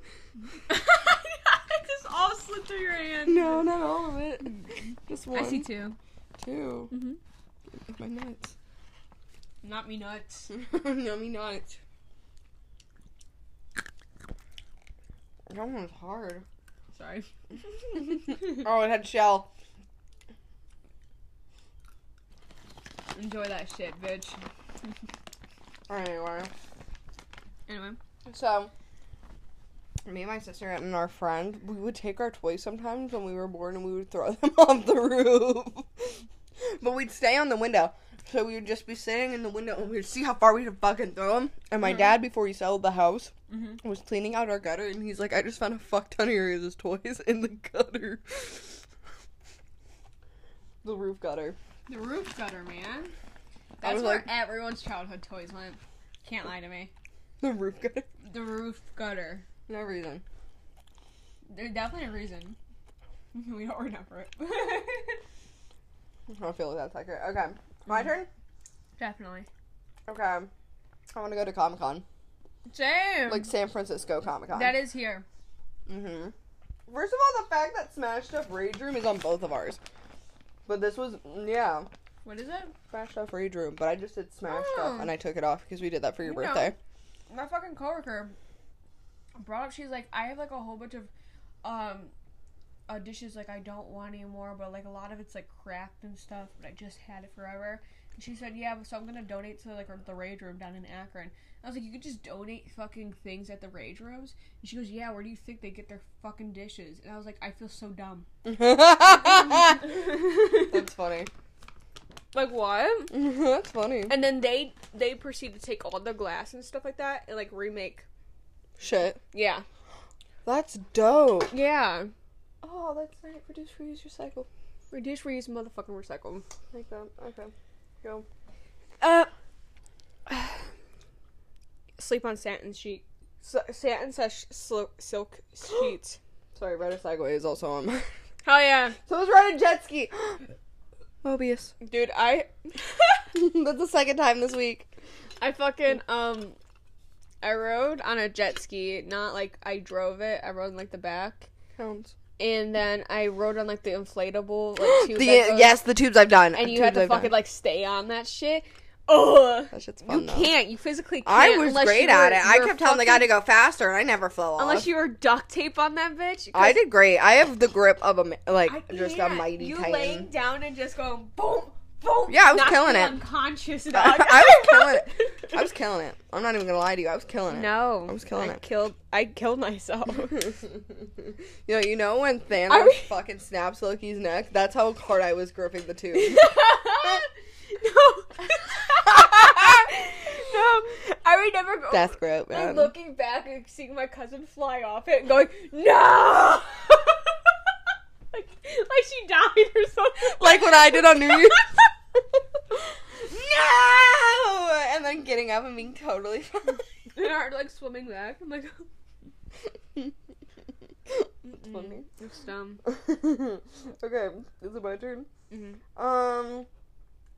[SPEAKER 2] just all slipped through your hand.
[SPEAKER 1] no, not all of it. Just one.
[SPEAKER 2] I see two.
[SPEAKER 1] 2
[SPEAKER 2] Mhm.
[SPEAKER 1] My nuts.
[SPEAKER 2] Not me nuts.
[SPEAKER 1] Yummy nuts. That one was hard.
[SPEAKER 2] Sorry.
[SPEAKER 1] Oh, it had shell.
[SPEAKER 2] Enjoy that shit, bitch.
[SPEAKER 1] Anyway,
[SPEAKER 2] Anyway.
[SPEAKER 1] so me and my sister and our friend, we would take our toys sometimes when we were born and we would throw them off the roof. but we'd stay on the window. So we would just be sitting in the window and we'd see how far we could fucking throw them. And my dad, before he sold the house,
[SPEAKER 2] Mhm.
[SPEAKER 1] was cleaning out our gutter and he's like, I just found a fuck ton of your guys' toys in the gutter. the roof gutter.
[SPEAKER 2] The roof gutter, man.
[SPEAKER 1] I
[SPEAKER 2] That's
[SPEAKER 1] was
[SPEAKER 2] where
[SPEAKER 1] like-
[SPEAKER 2] everyone's childhood toys went. Can't lie to me.
[SPEAKER 1] The roof gutter.
[SPEAKER 2] The roof gutter.
[SPEAKER 1] No reason.
[SPEAKER 2] There's definitely a reason. We don't remember it.
[SPEAKER 1] I don't feel like that's accurate. Okay.
[SPEAKER 2] Mm.
[SPEAKER 1] My turn?
[SPEAKER 2] definitely.
[SPEAKER 1] Okay. I want to go to Comic Con.
[SPEAKER 2] Same.
[SPEAKER 1] Like San Francisco Comic Con.
[SPEAKER 2] that is here.
[SPEAKER 1] Mm-hmm. First of all, the fact that Smashed Up Rage Room is on both of ours. But this was, yeah,
[SPEAKER 2] What is it?
[SPEAKER 1] Smashed Up Rage Room. But I just did Smashed
[SPEAKER 2] Oh.
[SPEAKER 1] Up and I took it off because we did that for your
[SPEAKER 2] You know.
[SPEAKER 1] birthday.
[SPEAKER 2] My fucking coworker brought up. She's like, I have like a whole bunch of um uh, dishes like I don't want anymore, but like a lot of it's like cracked and stuff. But I just had it forever. And she said, Yeah, so I'm gonna donate to like the Rage Room down in Akron. I was like, You could just donate fucking things at the Rage Rooms. And she goes, Yeah, where do you think they get their fucking dishes? And I was like, I feel so dumb.
[SPEAKER 1] that's funny.
[SPEAKER 3] Like what?
[SPEAKER 1] that's funny.
[SPEAKER 3] And then they they proceed to take all the glass and stuff like that and like remake.
[SPEAKER 1] Shit.
[SPEAKER 3] Yeah.
[SPEAKER 1] That's dope.
[SPEAKER 3] Yeah.
[SPEAKER 1] Oh, that's nice. Reduce, reuse, recycle.
[SPEAKER 3] Reduce, reuse, motherfucking recycle.
[SPEAKER 1] Like that. Okay.
[SPEAKER 3] Uh. Sleep on satin sheet. S- satin sash slo- silk sheets.
[SPEAKER 1] Sorry, Rider Segway is also on. my-
[SPEAKER 3] Hell yeah,
[SPEAKER 1] so is Rider Jet Ski. Mobius.
[SPEAKER 3] dude! I
[SPEAKER 1] that's the second time this week.
[SPEAKER 3] I fucking um I rode on a jet ski, not like I drove it. I rode in like the back.
[SPEAKER 1] Counts.
[SPEAKER 3] And then I rode on like the inflatable like
[SPEAKER 1] The
[SPEAKER 3] tube that goes-
[SPEAKER 1] yes, the tubes I've done.
[SPEAKER 3] and you
[SPEAKER 1] Tubes
[SPEAKER 3] had to
[SPEAKER 1] I've
[SPEAKER 3] fucking
[SPEAKER 1] done.
[SPEAKER 3] like stay on that shit. Ugh.
[SPEAKER 1] That shit's
[SPEAKER 3] You
[SPEAKER 1] fun though.
[SPEAKER 3] can't. You physically can't.
[SPEAKER 1] I was
[SPEAKER 3] unless
[SPEAKER 1] great
[SPEAKER 3] you
[SPEAKER 1] at
[SPEAKER 3] were-
[SPEAKER 1] it. I
[SPEAKER 3] you're
[SPEAKER 1] kept telling the
[SPEAKER 3] fucking-
[SPEAKER 1] guy to go faster, and I never fell off.
[SPEAKER 3] Unless you were duct tape on that bitch. 'cause
[SPEAKER 1] I did great. I have the grip of a ma- like
[SPEAKER 3] I
[SPEAKER 1] just a
[SPEAKER 3] can't.
[SPEAKER 1] mighty
[SPEAKER 3] you
[SPEAKER 1] titan.
[SPEAKER 3] laying down and just going boom, boom.
[SPEAKER 1] Yeah, I was
[SPEAKER 3] knocked
[SPEAKER 1] killing
[SPEAKER 3] me
[SPEAKER 1] it.
[SPEAKER 3] Unconscious. Dog.
[SPEAKER 1] I was killing it. I was killing it. I'm not even gonna lie to you. I was killing it.
[SPEAKER 3] No,
[SPEAKER 1] I was killing
[SPEAKER 3] I
[SPEAKER 1] it.
[SPEAKER 3] Killed. I killed myself.
[SPEAKER 1] you know, you know when Thanos
[SPEAKER 3] I mean-
[SPEAKER 1] fucking snaps Loki's neck. That's how hard I was gripping the tube.
[SPEAKER 3] no. no. I remember go-
[SPEAKER 1] Death grip, man.
[SPEAKER 3] looking back and seeing my cousin fly off it and going, no! like, like she died or something.
[SPEAKER 1] like what I did on New Year's.
[SPEAKER 3] no!
[SPEAKER 1] Oh, and then getting up and being totally fine.
[SPEAKER 3] And I like swimming back. I'm like,
[SPEAKER 1] It's funny.
[SPEAKER 3] it's dumb.
[SPEAKER 1] okay, is it my turn?
[SPEAKER 3] Mm-hmm.
[SPEAKER 1] Um,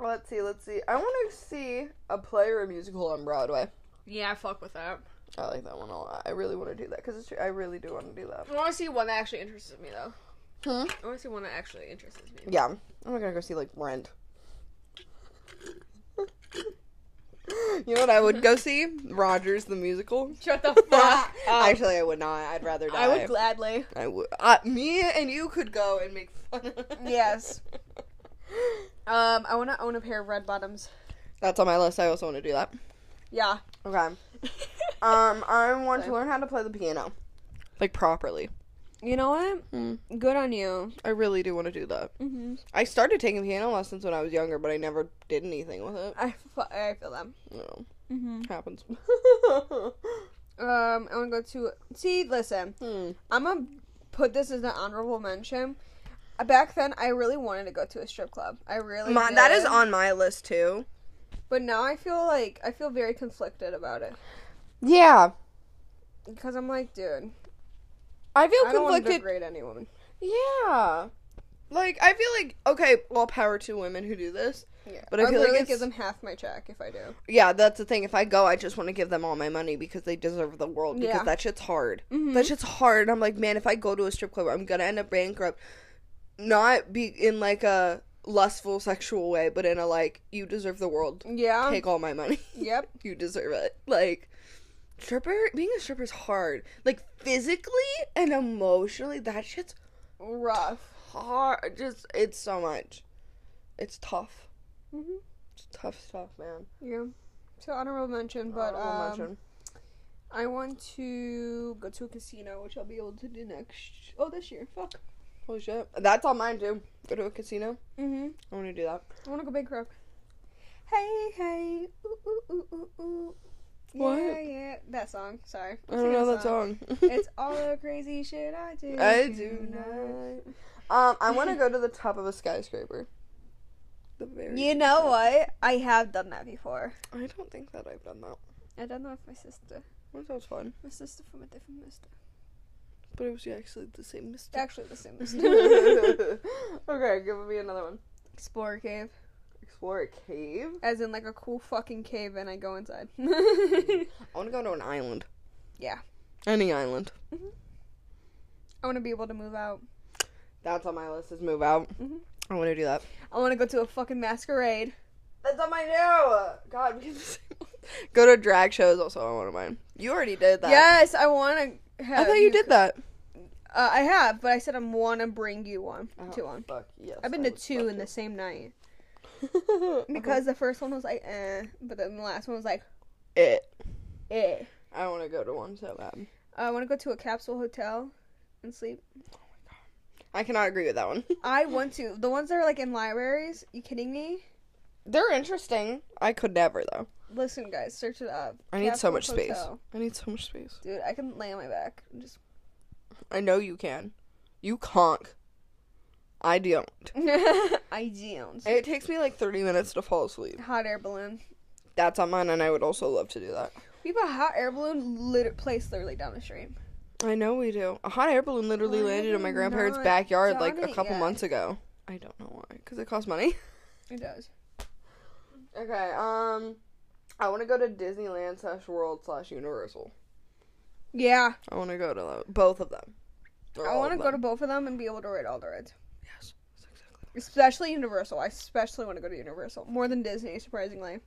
[SPEAKER 1] let's see, let's see. I want to see a play or a musical on Broadway.
[SPEAKER 3] Yeah, I fuck with that.
[SPEAKER 1] I like that one a lot. I really want to do that because I really do want to do that.
[SPEAKER 3] I want to see one that actually interests me though.
[SPEAKER 1] Hmm?
[SPEAKER 3] I want to see one that actually interests me.
[SPEAKER 1] Yeah. I'm not gonna go see like Rent. you know what I would go see? Rogers the musical.
[SPEAKER 3] Shut the fuck.
[SPEAKER 1] Actually, I Um, would not. I'd rather die.
[SPEAKER 2] I would gladly.
[SPEAKER 1] I would. Uh, me and you could go and make fun. of
[SPEAKER 2] Yes. Um, I want to own a pair of red bottoms.
[SPEAKER 1] That's on my list. I also want to do that.
[SPEAKER 2] Yeah.
[SPEAKER 1] Okay. Um, I want to learn how to play the piano, like properly.
[SPEAKER 2] you know what?
[SPEAKER 1] Hmm.
[SPEAKER 2] Good on you.
[SPEAKER 1] I really do want to do that.
[SPEAKER 2] Mm-hmm.
[SPEAKER 1] I started taking piano lessons when I was younger, but I never did anything with it.
[SPEAKER 2] I, fu- I feel them.
[SPEAKER 1] You know,
[SPEAKER 2] Mm-hmm.
[SPEAKER 1] happens.
[SPEAKER 2] Um, I want to go to. See, listen,
[SPEAKER 1] Hmm.
[SPEAKER 2] I'm gonna put this as an honorable mention. Uh, Back then, I really wanted to go to a strip club. I really.
[SPEAKER 1] My, that is
[SPEAKER 2] did.
[SPEAKER 1] on my list too.
[SPEAKER 2] But now I feel like I feel very conflicted about it
[SPEAKER 1] Yeah,
[SPEAKER 2] because I'm like, dude,
[SPEAKER 1] I feel
[SPEAKER 2] I don't want to
[SPEAKER 1] conflicted.
[SPEAKER 2] degrade any woman.
[SPEAKER 1] yeah, like I feel like okay, well, power to women who do this.
[SPEAKER 2] Yeah,
[SPEAKER 1] But I feel like
[SPEAKER 2] literally
[SPEAKER 1] it's-
[SPEAKER 2] give them half my check if I do.
[SPEAKER 1] Yeah, that's the thing. If I go, I just want to give them all my money because they deserve the world. Because
[SPEAKER 2] Yeah.
[SPEAKER 1] that shit's hard. That shit's hard. I'm like, man, if I go to a strip club, I'm gonna end up bankrupt. Not be in like a lustful sexual way, but in a like, you deserve the world.
[SPEAKER 2] Yeah.
[SPEAKER 1] Take all my money.
[SPEAKER 2] Yep.
[SPEAKER 1] you deserve it. Like stripper being a stripper is hard. Like physically and emotionally, that shit's
[SPEAKER 2] Rough.
[SPEAKER 1] hard. Just it's so much. It's tough.
[SPEAKER 2] Mhm.
[SPEAKER 1] It's tough stuff, man. Oh,
[SPEAKER 2] Yeah. So honorable mention, but
[SPEAKER 1] Honorable
[SPEAKER 2] um,
[SPEAKER 1] mention.
[SPEAKER 2] I want to go to a casino, which I'll be able to do next. Oh, this year. Fuck.
[SPEAKER 1] Holy shit. That's on mine too. Go to a casino.
[SPEAKER 2] Mm-hmm.
[SPEAKER 1] I wanna do that.
[SPEAKER 2] I want to go bankrupt. Hey, hey. Ooh, ooh, ooh, ooh, ooh.
[SPEAKER 1] What?
[SPEAKER 2] Yeah, yeah. That song. Sorry.
[SPEAKER 1] I don't know that song.
[SPEAKER 2] it's all the crazy shit I do.
[SPEAKER 1] I do not. Um, I wanna go to the top of a skyscraper. The very
[SPEAKER 2] You know what? I have done that before.
[SPEAKER 1] I don't think that I've done that.
[SPEAKER 2] I don't know if my sister,
[SPEAKER 1] That sounds fun.
[SPEAKER 2] my sister from a different mister.
[SPEAKER 1] But it was actually the same mistake.
[SPEAKER 2] Actually, the same mister.
[SPEAKER 1] okay, give me another one.
[SPEAKER 2] Explore cave,
[SPEAKER 1] Explore a cave.
[SPEAKER 2] as in like a cool fucking cave, and I go inside.
[SPEAKER 1] I want to go to an island.
[SPEAKER 2] Yeah.
[SPEAKER 1] Any island.
[SPEAKER 2] I want to be able to move out.
[SPEAKER 1] That's on my list is move out.
[SPEAKER 2] Mhm.
[SPEAKER 1] I want to do that.
[SPEAKER 2] I want to go to a fucking masquerade.
[SPEAKER 1] That's on my new. God, we have the same one. Go to drag shows. Also, on one of mine. You already did that.
[SPEAKER 2] Yes, I want to.
[SPEAKER 1] I thought you did that.
[SPEAKER 2] Uh, I have, but I said I am want to bring you one
[SPEAKER 1] Oh.
[SPEAKER 2] to one.
[SPEAKER 1] Fuck yes.
[SPEAKER 2] I've been to two in the same night because the first one was like, eh, but then the last one was like,
[SPEAKER 1] it.
[SPEAKER 2] eh. Uh,
[SPEAKER 1] I want to go to one so bad.
[SPEAKER 2] I want to go to a capsule hotel and sleep.
[SPEAKER 1] I cannot agree with that one.
[SPEAKER 2] I want to. The ones that are like in libraries. You kidding me?
[SPEAKER 1] They're interesting. I could never though.
[SPEAKER 2] Listen, guys, search it up.
[SPEAKER 1] I need so
[SPEAKER 2] Capsule
[SPEAKER 1] much space.
[SPEAKER 2] hotel.
[SPEAKER 1] I need so much space.
[SPEAKER 2] Dude, I can lay on my back. and Just
[SPEAKER 1] I know you can. You conk. I don't.
[SPEAKER 2] I don't.
[SPEAKER 1] It takes me like 30 minutes to fall asleep.
[SPEAKER 2] Hot air balloon.
[SPEAKER 1] That's on mine, and I would also love to do that.
[SPEAKER 2] We have a hot air balloon lit- place literally down the street.
[SPEAKER 1] I know we do. A hot air balloon literally
[SPEAKER 2] Why
[SPEAKER 1] landed
[SPEAKER 2] have
[SPEAKER 1] in my
[SPEAKER 2] you
[SPEAKER 1] grandparents'
[SPEAKER 2] not
[SPEAKER 1] backyard
[SPEAKER 2] done
[SPEAKER 1] like a
[SPEAKER 2] it
[SPEAKER 1] couple
[SPEAKER 2] yet?
[SPEAKER 1] months ago. I don't know why, because it costs money.
[SPEAKER 2] It does.
[SPEAKER 1] Okay, um, I want to go to Disneyland slash World slash Universal.
[SPEAKER 2] Yeah,
[SPEAKER 1] I want to go to tho- both of them. Or
[SPEAKER 2] I
[SPEAKER 1] all
[SPEAKER 2] want to
[SPEAKER 1] of
[SPEAKER 2] go to
[SPEAKER 1] them.
[SPEAKER 2] both of them and be able to ride all the rides,
[SPEAKER 1] Yes, that's exactly.
[SPEAKER 2] especially Universal. I especially want to go to Universal more than Disney, surprisingly.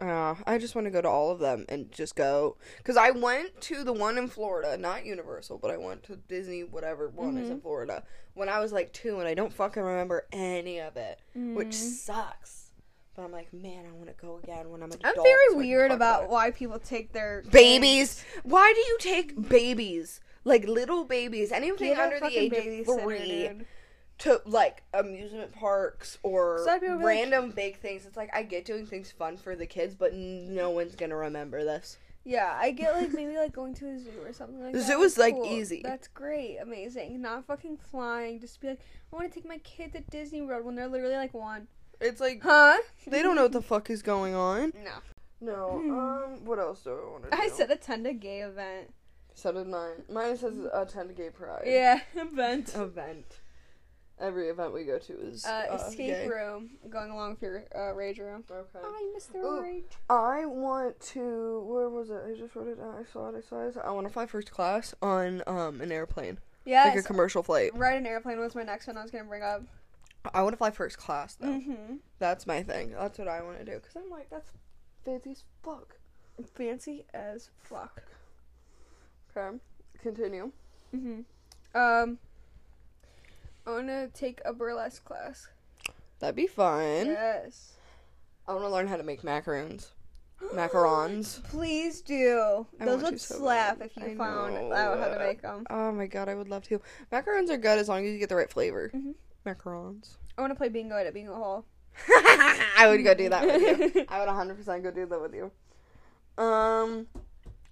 [SPEAKER 1] Uh, I just want to go to all of them and just go because I went to the one in Florida, not Universal, but I went to Disney, whatever one is
[SPEAKER 2] Mm-hmm.
[SPEAKER 1] in Florida, when I was like two, and I don't fucking remember any of it,
[SPEAKER 2] Mm-hmm.
[SPEAKER 1] which sucks. But I'm like, man, I want to go again when I'm an
[SPEAKER 2] I'm
[SPEAKER 1] adult.
[SPEAKER 2] very
[SPEAKER 1] so I can
[SPEAKER 2] weird
[SPEAKER 1] talk
[SPEAKER 2] about,
[SPEAKER 1] it."
[SPEAKER 2] why people take their
[SPEAKER 1] babies. Why do you take babies, like little babies, anything
[SPEAKER 2] Get a
[SPEAKER 1] under the
[SPEAKER 2] fucking
[SPEAKER 1] age of
[SPEAKER 2] babysitter,
[SPEAKER 1] three,
[SPEAKER 2] dude.
[SPEAKER 1] to like amusement parks or
[SPEAKER 2] Some people be like-
[SPEAKER 1] random big things? It's like I get doing things fun for the kids, but no one's gonna remember this.
[SPEAKER 2] Yeah, I get like maybe like going to a zoo or something like
[SPEAKER 1] The
[SPEAKER 2] that.
[SPEAKER 1] zoo
[SPEAKER 2] was
[SPEAKER 1] is, like, easy.
[SPEAKER 2] That's great, amazing. Not fucking flying. Just be like, I want to take my kid to Disney World when they're literally like one.
[SPEAKER 1] It's like
[SPEAKER 2] Huh?
[SPEAKER 1] they don't know what the fuck is going on.
[SPEAKER 2] No.
[SPEAKER 1] No. Um. What else do I want to do?
[SPEAKER 2] I said attend a gay event.
[SPEAKER 1] So did mine. Mine says attend gay pride.
[SPEAKER 2] Yeah, event.
[SPEAKER 1] Event. Every event we go to is
[SPEAKER 2] Uh, escape
[SPEAKER 1] gay.
[SPEAKER 2] room. Going along with your uh, rage room.
[SPEAKER 1] Okay.
[SPEAKER 2] Hi, Mr.
[SPEAKER 1] Ooh.
[SPEAKER 2] Rage.
[SPEAKER 1] I want to. Where was it? I just wrote it down. I saw it. I saw it. I saw it. I want to fly first class on um an airplane.
[SPEAKER 2] Yes.
[SPEAKER 1] like a commercial flight.
[SPEAKER 2] Ride an airplane was my next one I was gonna bring up.
[SPEAKER 1] I want to fly first class though.
[SPEAKER 2] Mm-hmm.
[SPEAKER 1] That's my thing. That's what I want to do. Cause I'm like, that's fancy as fuck.
[SPEAKER 2] Fancy as fuck.
[SPEAKER 1] Okay, continue.
[SPEAKER 2] Mm-hmm. Um, I want to take a burlesque class.
[SPEAKER 1] That'd be fun.
[SPEAKER 2] Yes.
[SPEAKER 1] I want to learn how to make macaroons, macarons.
[SPEAKER 2] Please do.
[SPEAKER 1] I
[SPEAKER 2] Those
[SPEAKER 1] want
[SPEAKER 2] would
[SPEAKER 1] you so
[SPEAKER 2] slap
[SPEAKER 1] bad.
[SPEAKER 2] if
[SPEAKER 1] I
[SPEAKER 2] you found
[SPEAKER 1] know.
[SPEAKER 2] out how to make them.
[SPEAKER 1] Oh my god, I would love to. Mm-hmm. Macarons are good as long as you get the right flavor.
[SPEAKER 2] Mhm.
[SPEAKER 1] Macarons.
[SPEAKER 2] I want to play bingo at a bingo hall.
[SPEAKER 1] I would go do that with you. I would 100% go do that with you. Um,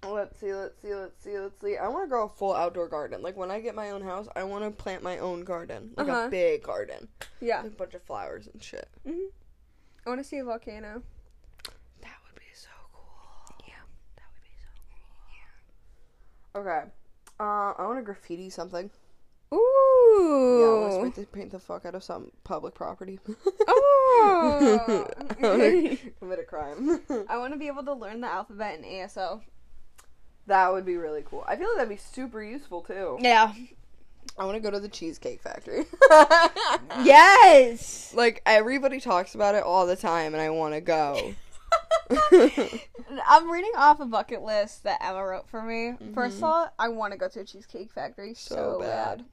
[SPEAKER 1] let's see, let's see, let's see, let's see. I want to grow a full outdoor garden. Like when I get my own house, I want to plant my own garden, like
[SPEAKER 2] Uh-huh.
[SPEAKER 1] a big garden,
[SPEAKER 2] Yeah.
[SPEAKER 1] with a bunch of flowers and shit.
[SPEAKER 2] Mm-hmm. I want to see a volcano.
[SPEAKER 1] That would be so cool. Yeah, that would be so cool. Yeah. Okay. Uh, I want to graffiti something. Yeah, I want to
[SPEAKER 2] Ooh.
[SPEAKER 1] paint the, paint the fuck out of some public property.
[SPEAKER 2] Oh.
[SPEAKER 1] I wanna commit a crime.
[SPEAKER 2] I want to be able to learn the alphabet in ASL.
[SPEAKER 1] That would be really cool. I feel like that'd be super useful too.
[SPEAKER 2] Yeah.
[SPEAKER 1] I want to go to the Cheesecake Factory.
[SPEAKER 2] Yes.
[SPEAKER 1] like everybody talks about it all the time, and I want to go.
[SPEAKER 2] I'm reading off a bucket list that Emma wrote for me. First of all, I want to go to a cheesecake factory Mm-hmm. so,
[SPEAKER 1] So
[SPEAKER 2] bad.
[SPEAKER 1] bad.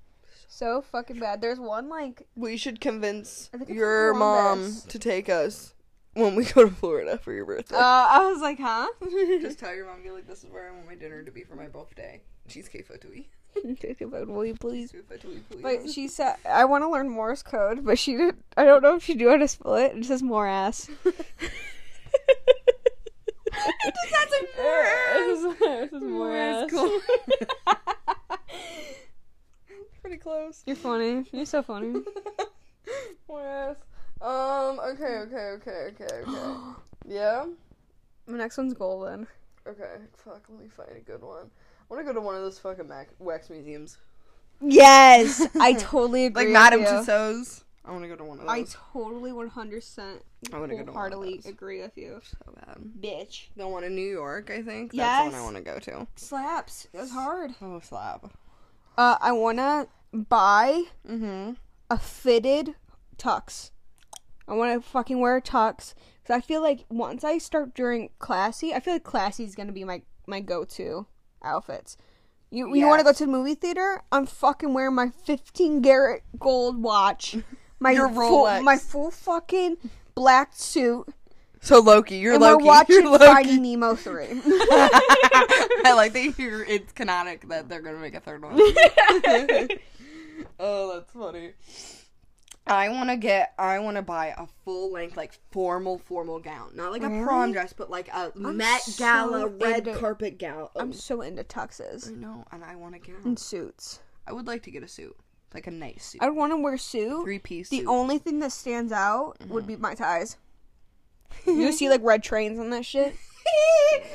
[SPEAKER 2] So fucking bad. There's one like
[SPEAKER 1] we should convince
[SPEAKER 2] I think it's
[SPEAKER 1] your mom
[SPEAKER 2] Columbus.
[SPEAKER 1] to take us when we go to Florida for your birthday.
[SPEAKER 2] uh, I was like, huh?
[SPEAKER 1] Just tell your mom, be like, this is where I want my dinner to be for my birthday. Cheesecake Factory.
[SPEAKER 2] Will you please?
[SPEAKER 1] Cheesecake Factory, please.
[SPEAKER 2] But she said I want to learn Morse code, but she did. I don't know if she knew how to spell it. It says more ass. it does not say
[SPEAKER 3] this is more ass.
[SPEAKER 2] cool.
[SPEAKER 1] Pretty close.
[SPEAKER 2] You're funny. You're so funny.
[SPEAKER 1] yes. Um. Okay. Okay. Okay. Okay. Okay. yeah.
[SPEAKER 2] My next one's golden.
[SPEAKER 1] Okay. Fuck. Let me find a good one. I want to go to one of those fucking mac- wax museums,
[SPEAKER 2] Yes, I totally agree. with you.
[SPEAKER 1] Tussauds. I want to go to one of
[SPEAKER 2] I
[SPEAKER 1] those.
[SPEAKER 2] totally 100%
[SPEAKER 1] I, want to go to one of
[SPEAKER 2] wholeheartedly
[SPEAKER 1] those.
[SPEAKER 2] agree with you.
[SPEAKER 1] So bad.
[SPEAKER 2] Bitch.
[SPEAKER 1] The one in New York, I think. That's the one
[SPEAKER 2] Yes.
[SPEAKER 1] I want to go to.
[SPEAKER 2] Slaps. That's hard.
[SPEAKER 1] Oh, slab.
[SPEAKER 2] Uh, I want to buy
[SPEAKER 1] Mm-hmm.
[SPEAKER 2] a fitted tux. I want to fucking wear a tux because I feel like once I start doing classy, I feel like classy is gonna be my my go to outfits. You you want to go
[SPEAKER 1] Yes.
[SPEAKER 2] to the movie theater? I'm fucking wearing my 15 Garrett gold watch, my
[SPEAKER 1] Your
[SPEAKER 2] full,
[SPEAKER 1] Rolex.
[SPEAKER 2] my full fucking black suit,
[SPEAKER 1] So Loki, you're
[SPEAKER 2] and
[SPEAKER 1] Loki.
[SPEAKER 2] we're watching
[SPEAKER 1] you're Loki.
[SPEAKER 2] Finding Nemo three.
[SPEAKER 1] I like that you're, it's canonic that they're gonna make a third one. oh, that's funny. I want to get. I want to buy a full length, like formal, formal gown, not like a prom dress, but like a Met
[SPEAKER 2] so
[SPEAKER 1] Gala red
[SPEAKER 2] into-
[SPEAKER 1] carpet gown.
[SPEAKER 2] I'm so into tuxes
[SPEAKER 1] no, and I want a gown.
[SPEAKER 2] and suits.
[SPEAKER 1] I would like to get a suit, like a nice suit,
[SPEAKER 2] I'd want to wear suit.
[SPEAKER 1] three piece
[SPEAKER 2] The
[SPEAKER 1] suit.
[SPEAKER 2] only thing that stands out would be my ties. Mm-hmm. you see like red trains on that shit.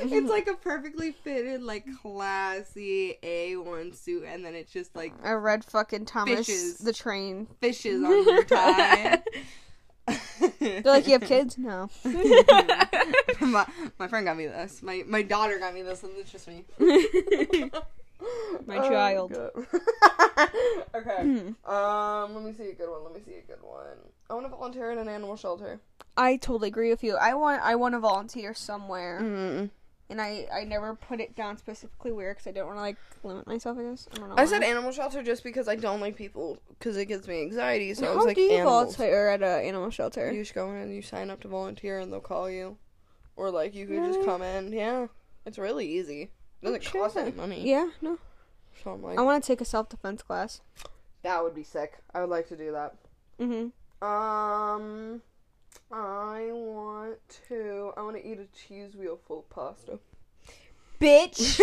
[SPEAKER 1] it's like a perfectly fitted, like classy A1 suit, and then it's just like
[SPEAKER 2] A red fucking Thomas
[SPEAKER 1] Fishes.
[SPEAKER 2] the train.
[SPEAKER 1] fishes on your tie.
[SPEAKER 2] They're like, you have kids? No.
[SPEAKER 1] my, my friend got me this. My my daughter got me this, and it's just me. Oh
[SPEAKER 2] My child. Hmm.
[SPEAKER 1] okay. Um, let me see a good one. Let me see a good one. I want to volunteer in an animal shelter.
[SPEAKER 2] I totally agree with you. I want I want to volunteer somewhere,
[SPEAKER 1] mm
[SPEAKER 2] and I I never put it down specifically where because I don't want to like limit myself. I guess I don't know.
[SPEAKER 1] I
[SPEAKER 2] why.
[SPEAKER 1] said animal shelter just because I don't like people because it gives me anxiety. So I
[SPEAKER 2] how
[SPEAKER 1] was like,
[SPEAKER 2] do you
[SPEAKER 1] animals.
[SPEAKER 2] volunteer at an animal shelter?
[SPEAKER 1] You just go in and you sign up to volunteer, and they'll call you, or like you can just come in. Yeah, it's really easy. It doesn't
[SPEAKER 2] Sure.
[SPEAKER 1] cost any money.
[SPEAKER 2] Yeah, no.
[SPEAKER 1] So I'm like,
[SPEAKER 2] I want to take a self defense class.
[SPEAKER 1] that would be sick. I would like to do that.
[SPEAKER 2] Mm-hmm.
[SPEAKER 1] Um, I want to. I want to eat a cheese wheel full of pasta.
[SPEAKER 2] Bitch,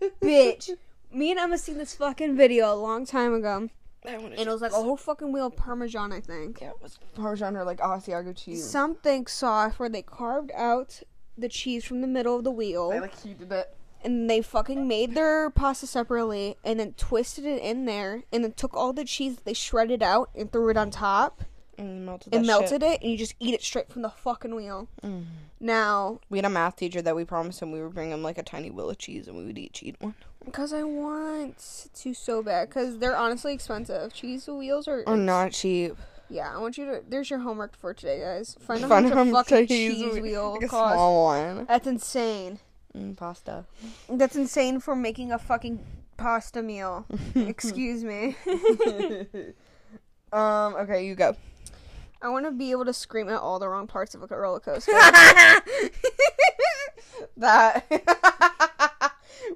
[SPEAKER 2] bitch. Me and Emma seen this fucking video a long time ago,
[SPEAKER 1] I want
[SPEAKER 2] and it was like a whole fucking wheel of Parmesan, I think.
[SPEAKER 1] Yeah, it was Parmesan or like Asiago cheese.
[SPEAKER 2] something sauce where they carved out the cheese from the middle of the
[SPEAKER 1] I
[SPEAKER 2] wheel
[SPEAKER 1] like heated it.
[SPEAKER 2] and they fucking made their pasta separately and then twisted it in there and then took all the cheese that they shredded out and threw it on top
[SPEAKER 1] And melted. that
[SPEAKER 2] It
[SPEAKER 1] shit. Mm.
[SPEAKER 2] melted it, and you just eat it straight from the fucking wheel. Now,
[SPEAKER 1] We had a math teacher that we promised him we would bring him like a tiny wheel of cheese and we would each eat one.
[SPEAKER 2] because I want to so bad, because they're honestly expensive. Cheese wheels are.
[SPEAKER 1] Or not cheap.
[SPEAKER 2] Yeah, I want you to. There's your homework for today, guys. Find out
[SPEAKER 1] Fun
[SPEAKER 2] how much a
[SPEAKER 1] home
[SPEAKER 2] fucking
[SPEAKER 1] cheese
[SPEAKER 2] cheese,
[SPEAKER 1] whe-
[SPEAKER 2] wheel
[SPEAKER 1] Like a
[SPEAKER 2] costs.
[SPEAKER 1] small one.
[SPEAKER 2] That's insane.
[SPEAKER 1] Mm, pasta.
[SPEAKER 2] That's insane for making a fucking pasta meal. Excuse me.
[SPEAKER 1] Um. Okay, you go.
[SPEAKER 2] I want to be able to scream at all the wrong parts of a roller coaster.
[SPEAKER 1] That.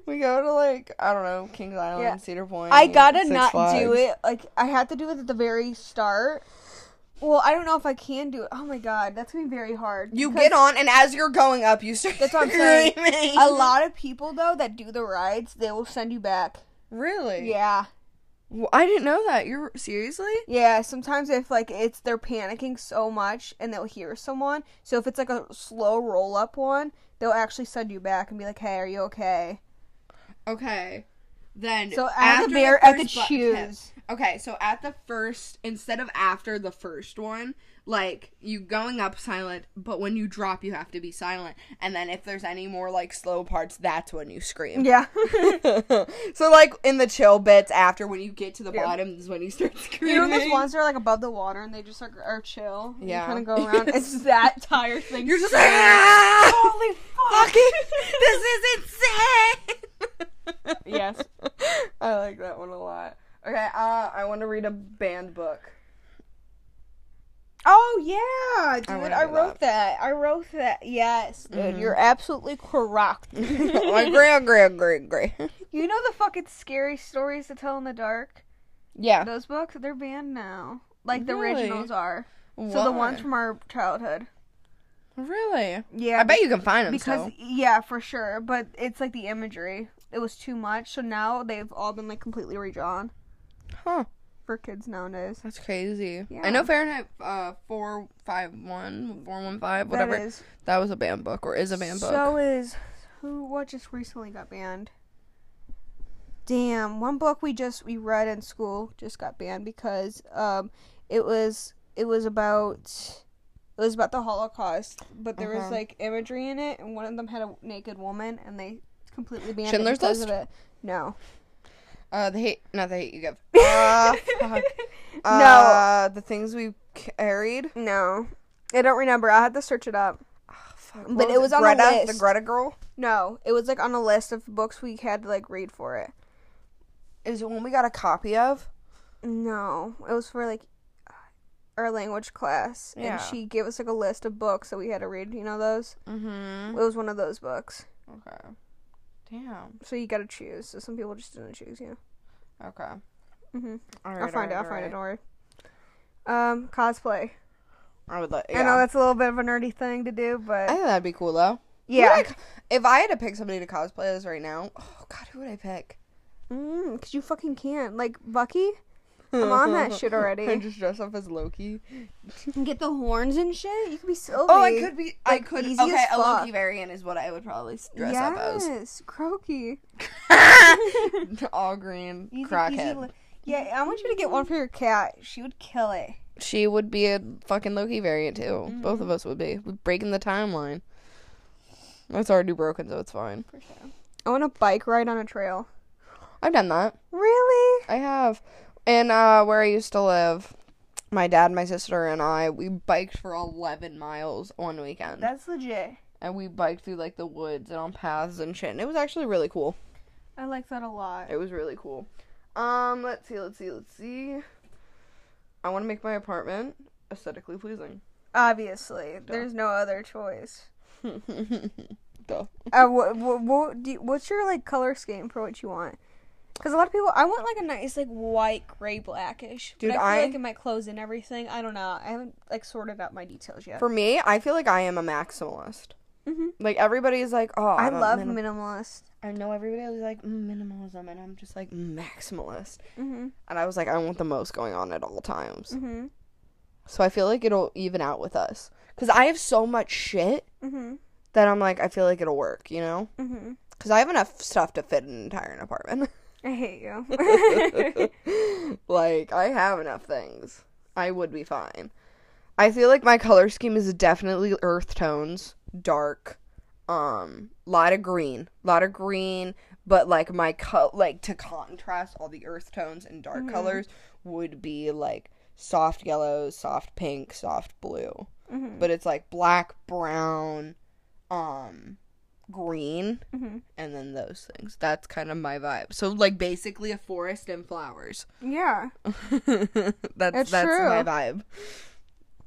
[SPEAKER 1] we go to like I don't know Kings Island,
[SPEAKER 2] Yeah.
[SPEAKER 1] Cedar Point.
[SPEAKER 2] I gotta
[SPEAKER 1] Six
[SPEAKER 2] not do
[SPEAKER 1] Flags.
[SPEAKER 2] it. Like I had to do it at the very start. Well, I don't know if I can do it. Oh my god, that's gonna be very hard.
[SPEAKER 1] You
[SPEAKER 2] Because
[SPEAKER 1] get on, and as you're going up, you start.
[SPEAKER 2] That's what I'm saying.
[SPEAKER 1] screaming.
[SPEAKER 2] a lot of people though that do the rides. They will send you back.
[SPEAKER 1] Really?
[SPEAKER 2] Yeah,
[SPEAKER 1] Well, I didn't know that. You're seriously?
[SPEAKER 2] yeah. Sometimes if like it's they're panicking so much and they'll hear someone. So if it's like a slow roll up one, they'll actually send you back and be like, "Hey, are you okay?"
[SPEAKER 1] Okay. Then
[SPEAKER 2] So at the bear, at the choose.
[SPEAKER 1] Okay, so at the first, instead of after the first one, like you going up silent, but when you drop, you have to be silent. And then if there's any more like slow parts, that's when you scream.
[SPEAKER 2] Yeah.
[SPEAKER 1] so like in the chill bits after when you get to the bottom is when you start
[SPEAKER 2] You know
[SPEAKER 1] screaming.
[SPEAKER 2] those ones that are like above the water and they just like are chill. And
[SPEAKER 1] Yeah.
[SPEAKER 2] You kind of go around. it's that tired thing.
[SPEAKER 1] You're just like, "Ah! Fucking, this is insane.
[SPEAKER 2] yes.
[SPEAKER 1] I like that one a lot. Okay, uh, I want to read a banned book.
[SPEAKER 2] Oh yeah, dude!
[SPEAKER 1] wanna
[SPEAKER 2] I,
[SPEAKER 1] do
[SPEAKER 2] wrote that. I wrote that. Yes, dude,
[SPEAKER 1] Mm-hmm.
[SPEAKER 2] you're absolutely correct.
[SPEAKER 1] like gray, gray, gray, gray.
[SPEAKER 2] you know the fucking scary stories to tell in the dark.
[SPEAKER 1] Yeah.
[SPEAKER 2] Those books they're banned now. Like the
[SPEAKER 1] Really?
[SPEAKER 2] originals are. So the ones from our childhood.
[SPEAKER 1] really.
[SPEAKER 2] Yeah,
[SPEAKER 1] I bet you can find them.
[SPEAKER 2] because
[SPEAKER 1] Because
[SPEAKER 2] yeah, for sure. But it's like the imagery. It was too much. So now they've all been like completely redrawn
[SPEAKER 1] huh,
[SPEAKER 2] for kids nowadays.
[SPEAKER 1] that's crazy. I
[SPEAKER 2] Yeah.
[SPEAKER 1] know Fahrenheit uh four five one four one five whatever
[SPEAKER 2] That is.
[SPEAKER 1] that was a banned book or is a banned book.
[SPEAKER 2] So is who? What just recently got banned? Damn, one book we just we read in school just got banned because um, it was it was about it was about the Holocaust, but there was
[SPEAKER 1] Uh-huh.
[SPEAKER 2] like imagery in it, and one of them had a naked woman, and they completely banned
[SPEAKER 1] Schindler's
[SPEAKER 2] it because
[SPEAKER 1] List?
[SPEAKER 2] of it. No,
[SPEAKER 1] uh, the hate, not the hate you give. Uh, fuck. Uh, the things we carried.
[SPEAKER 2] no, I don't remember. I had to search it up.
[SPEAKER 1] Fuck,
[SPEAKER 2] But
[SPEAKER 1] what
[SPEAKER 2] it was on the
[SPEAKER 1] Greta,
[SPEAKER 2] list.
[SPEAKER 1] Greta girl.
[SPEAKER 2] No, it was like on a list of books we had to like read for it.
[SPEAKER 1] Is it one we got a copy of?
[SPEAKER 2] No, it was for like our language class,
[SPEAKER 1] Yeah.
[SPEAKER 2] and she gave us like a list of books that we had to read. You know those?
[SPEAKER 1] Mm-hmm.
[SPEAKER 2] It was one of those books.
[SPEAKER 1] Okay. Damn.
[SPEAKER 2] So you got to choose. So some people just didn't choose. You know.
[SPEAKER 1] Okay.
[SPEAKER 2] Mhm.
[SPEAKER 1] All
[SPEAKER 2] I'll find it. I'll
[SPEAKER 1] all
[SPEAKER 2] find it.
[SPEAKER 1] right.
[SPEAKER 2] Don't worry. Um, cosplay.
[SPEAKER 1] I would like.
[SPEAKER 2] I know
[SPEAKER 1] Yeah.
[SPEAKER 2] that's a little bit of a nerdy thing to do, but
[SPEAKER 1] I think that'd be cool though. Who
[SPEAKER 2] yeah.
[SPEAKER 1] would I co- if I had to pick somebody to cosplay as right now, oh god, who would I pick?
[SPEAKER 2] Mm, Cause you fucking can't. Like Bucky, I'm on that shit already.
[SPEAKER 1] just dress up as Loki.
[SPEAKER 2] Get the horns and shit. You could be Sylvie.
[SPEAKER 1] Oh, I could be. I
[SPEAKER 2] Like,
[SPEAKER 1] could.
[SPEAKER 2] easy
[SPEAKER 1] Okay, a
[SPEAKER 2] as
[SPEAKER 1] Loki
[SPEAKER 2] fuck.
[SPEAKER 1] variant is what I would probably s- dress up as.
[SPEAKER 2] Yes, croaky.
[SPEAKER 1] All green
[SPEAKER 2] Easy, easy
[SPEAKER 1] crackhead.
[SPEAKER 2] li- yeah, I want you to get one for your cat. She would kill it.
[SPEAKER 1] she would be a fucking Loki variant too. Both of us would be. We're breaking the timeline. It's already broken, so it's fine.
[SPEAKER 2] I want a bike ride on a trail.
[SPEAKER 1] I've done that.
[SPEAKER 2] Really?
[SPEAKER 1] I have. And uh, where I used to live, my dad, my sister, and I, we biked for 11 miles one weekend.
[SPEAKER 2] That's legit.
[SPEAKER 1] and we biked through like the woods and on paths and shit. And it was actually really cool.
[SPEAKER 2] I like that a lot.
[SPEAKER 1] It was really cool. Um, let's see, let's see, let's see. I want to make my apartment aesthetically pleasing.
[SPEAKER 2] Obviously, there's no other choice.
[SPEAKER 1] Duh.
[SPEAKER 2] Uh, what, what, what do you- what's your like color scheme for what you want? Because a lot of people, I want like a nice like white, gray, blackish.
[SPEAKER 1] Dude,
[SPEAKER 2] but I,
[SPEAKER 1] I-
[SPEAKER 2] feel like in my clothes and everything, I don't know. I haven't like sorted out my details yet.
[SPEAKER 1] For me, I feel like I am a maximalist.
[SPEAKER 2] Mhm.
[SPEAKER 1] Like everybody's like, oh,
[SPEAKER 2] I
[SPEAKER 1] I'm a
[SPEAKER 2] love
[SPEAKER 1] minim-
[SPEAKER 2] minimalist.
[SPEAKER 1] I know everybody was like "Mm, minimalism, and I'm just like maximalist.
[SPEAKER 2] Mhm.
[SPEAKER 1] And I was like, I want the most going on at all times.
[SPEAKER 2] Mhm.
[SPEAKER 1] So I feel like it'll even out with us. Because I have so much shit
[SPEAKER 2] Mhm.
[SPEAKER 1] that I'm like, I feel like it'll work, you know?
[SPEAKER 2] Mhm.
[SPEAKER 1] Because I have enough stuff to fit an entire apartment.
[SPEAKER 2] I hate you.
[SPEAKER 1] like, I have enough things. I would be fine. I feel like my color scheme is definitely earth tones, dark, um, lot of green, lot of green, but like my co- like to contrast all the earth tones and dark colors would be like soft yellow, soft pink, soft blue.
[SPEAKER 2] Mm-hmm.
[SPEAKER 1] But it's like black, brown, um, green,
[SPEAKER 2] Mm-hmm.
[SPEAKER 1] and then those things. That's kind of my vibe. So like basically a forest and flowers.
[SPEAKER 2] Yeah.
[SPEAKER 1] that's that's
[SPEAKER 2] It's
[SPEAKER 1] my
[SPEAKER 2] true.
[SPEAKER 1] vibe.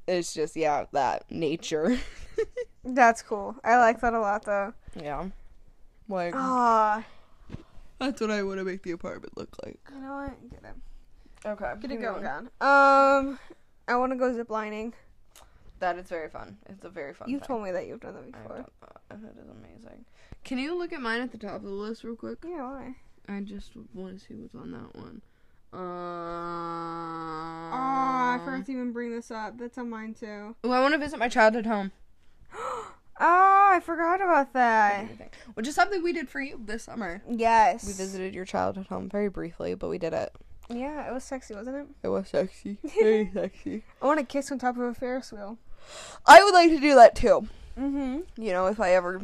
[SPEAKER 1] It's just yeah, that nature.
[SPEAKER 2] That's cool. I like that a lot though.
[SPEAKER 1] yeah. Like
[SPEAKER 2] Ah,
[SPEAKER 1] that's what I want to make the apartment look like.
[SPEAKER 2] you know what? Get it.
[SPEAKER 1] Okay.
[SPEAKER 2] Get it going on. Um, I want to go ziplining.
[SPEAKER 1] That is very fun. It's a very fun
[SPEAKER 2] You've
[SPEAKER 1] thing.
[SPEAKER 2] told me that you've done that
[SPEAKER 1] I've
[SPEAKER 2] before.
[SPEAKER 1] done that. That is amazing. Can you look at mine at the top of the list real quick?
[SPEAKER 2] Yeah, why?
[SPEAKER 1] I just want to see what's on that one.
[SPEAKER 2] Oh,
[SPEAKER 1] Um,
[SPEAKER 2] I forgot to even bring this up. That's on mine too.
[SPEAKER 1] Ooh, I want to visit my childhood home.
[SPEAKER 2] Oh, I forgot about that.
[SPEAKER 1] Which is something we did for you this summer.
[SPEAKER 2] Yes.
[SPEAKER 1] We visited your childhood home very briefly, but we did it.
[SPEAKER 2] Yeah, it was sexy, wasn't it?
[SPEAKER 1] It was sexy. Very sexy.
[SPEAKER 2] I want to kiss on top of a Ferris wheel.
[SPEAKER 1] I would like to do that too.
[SPEAKER 2] Mm-hmm.
[SPEAKER 1] You know, if I ever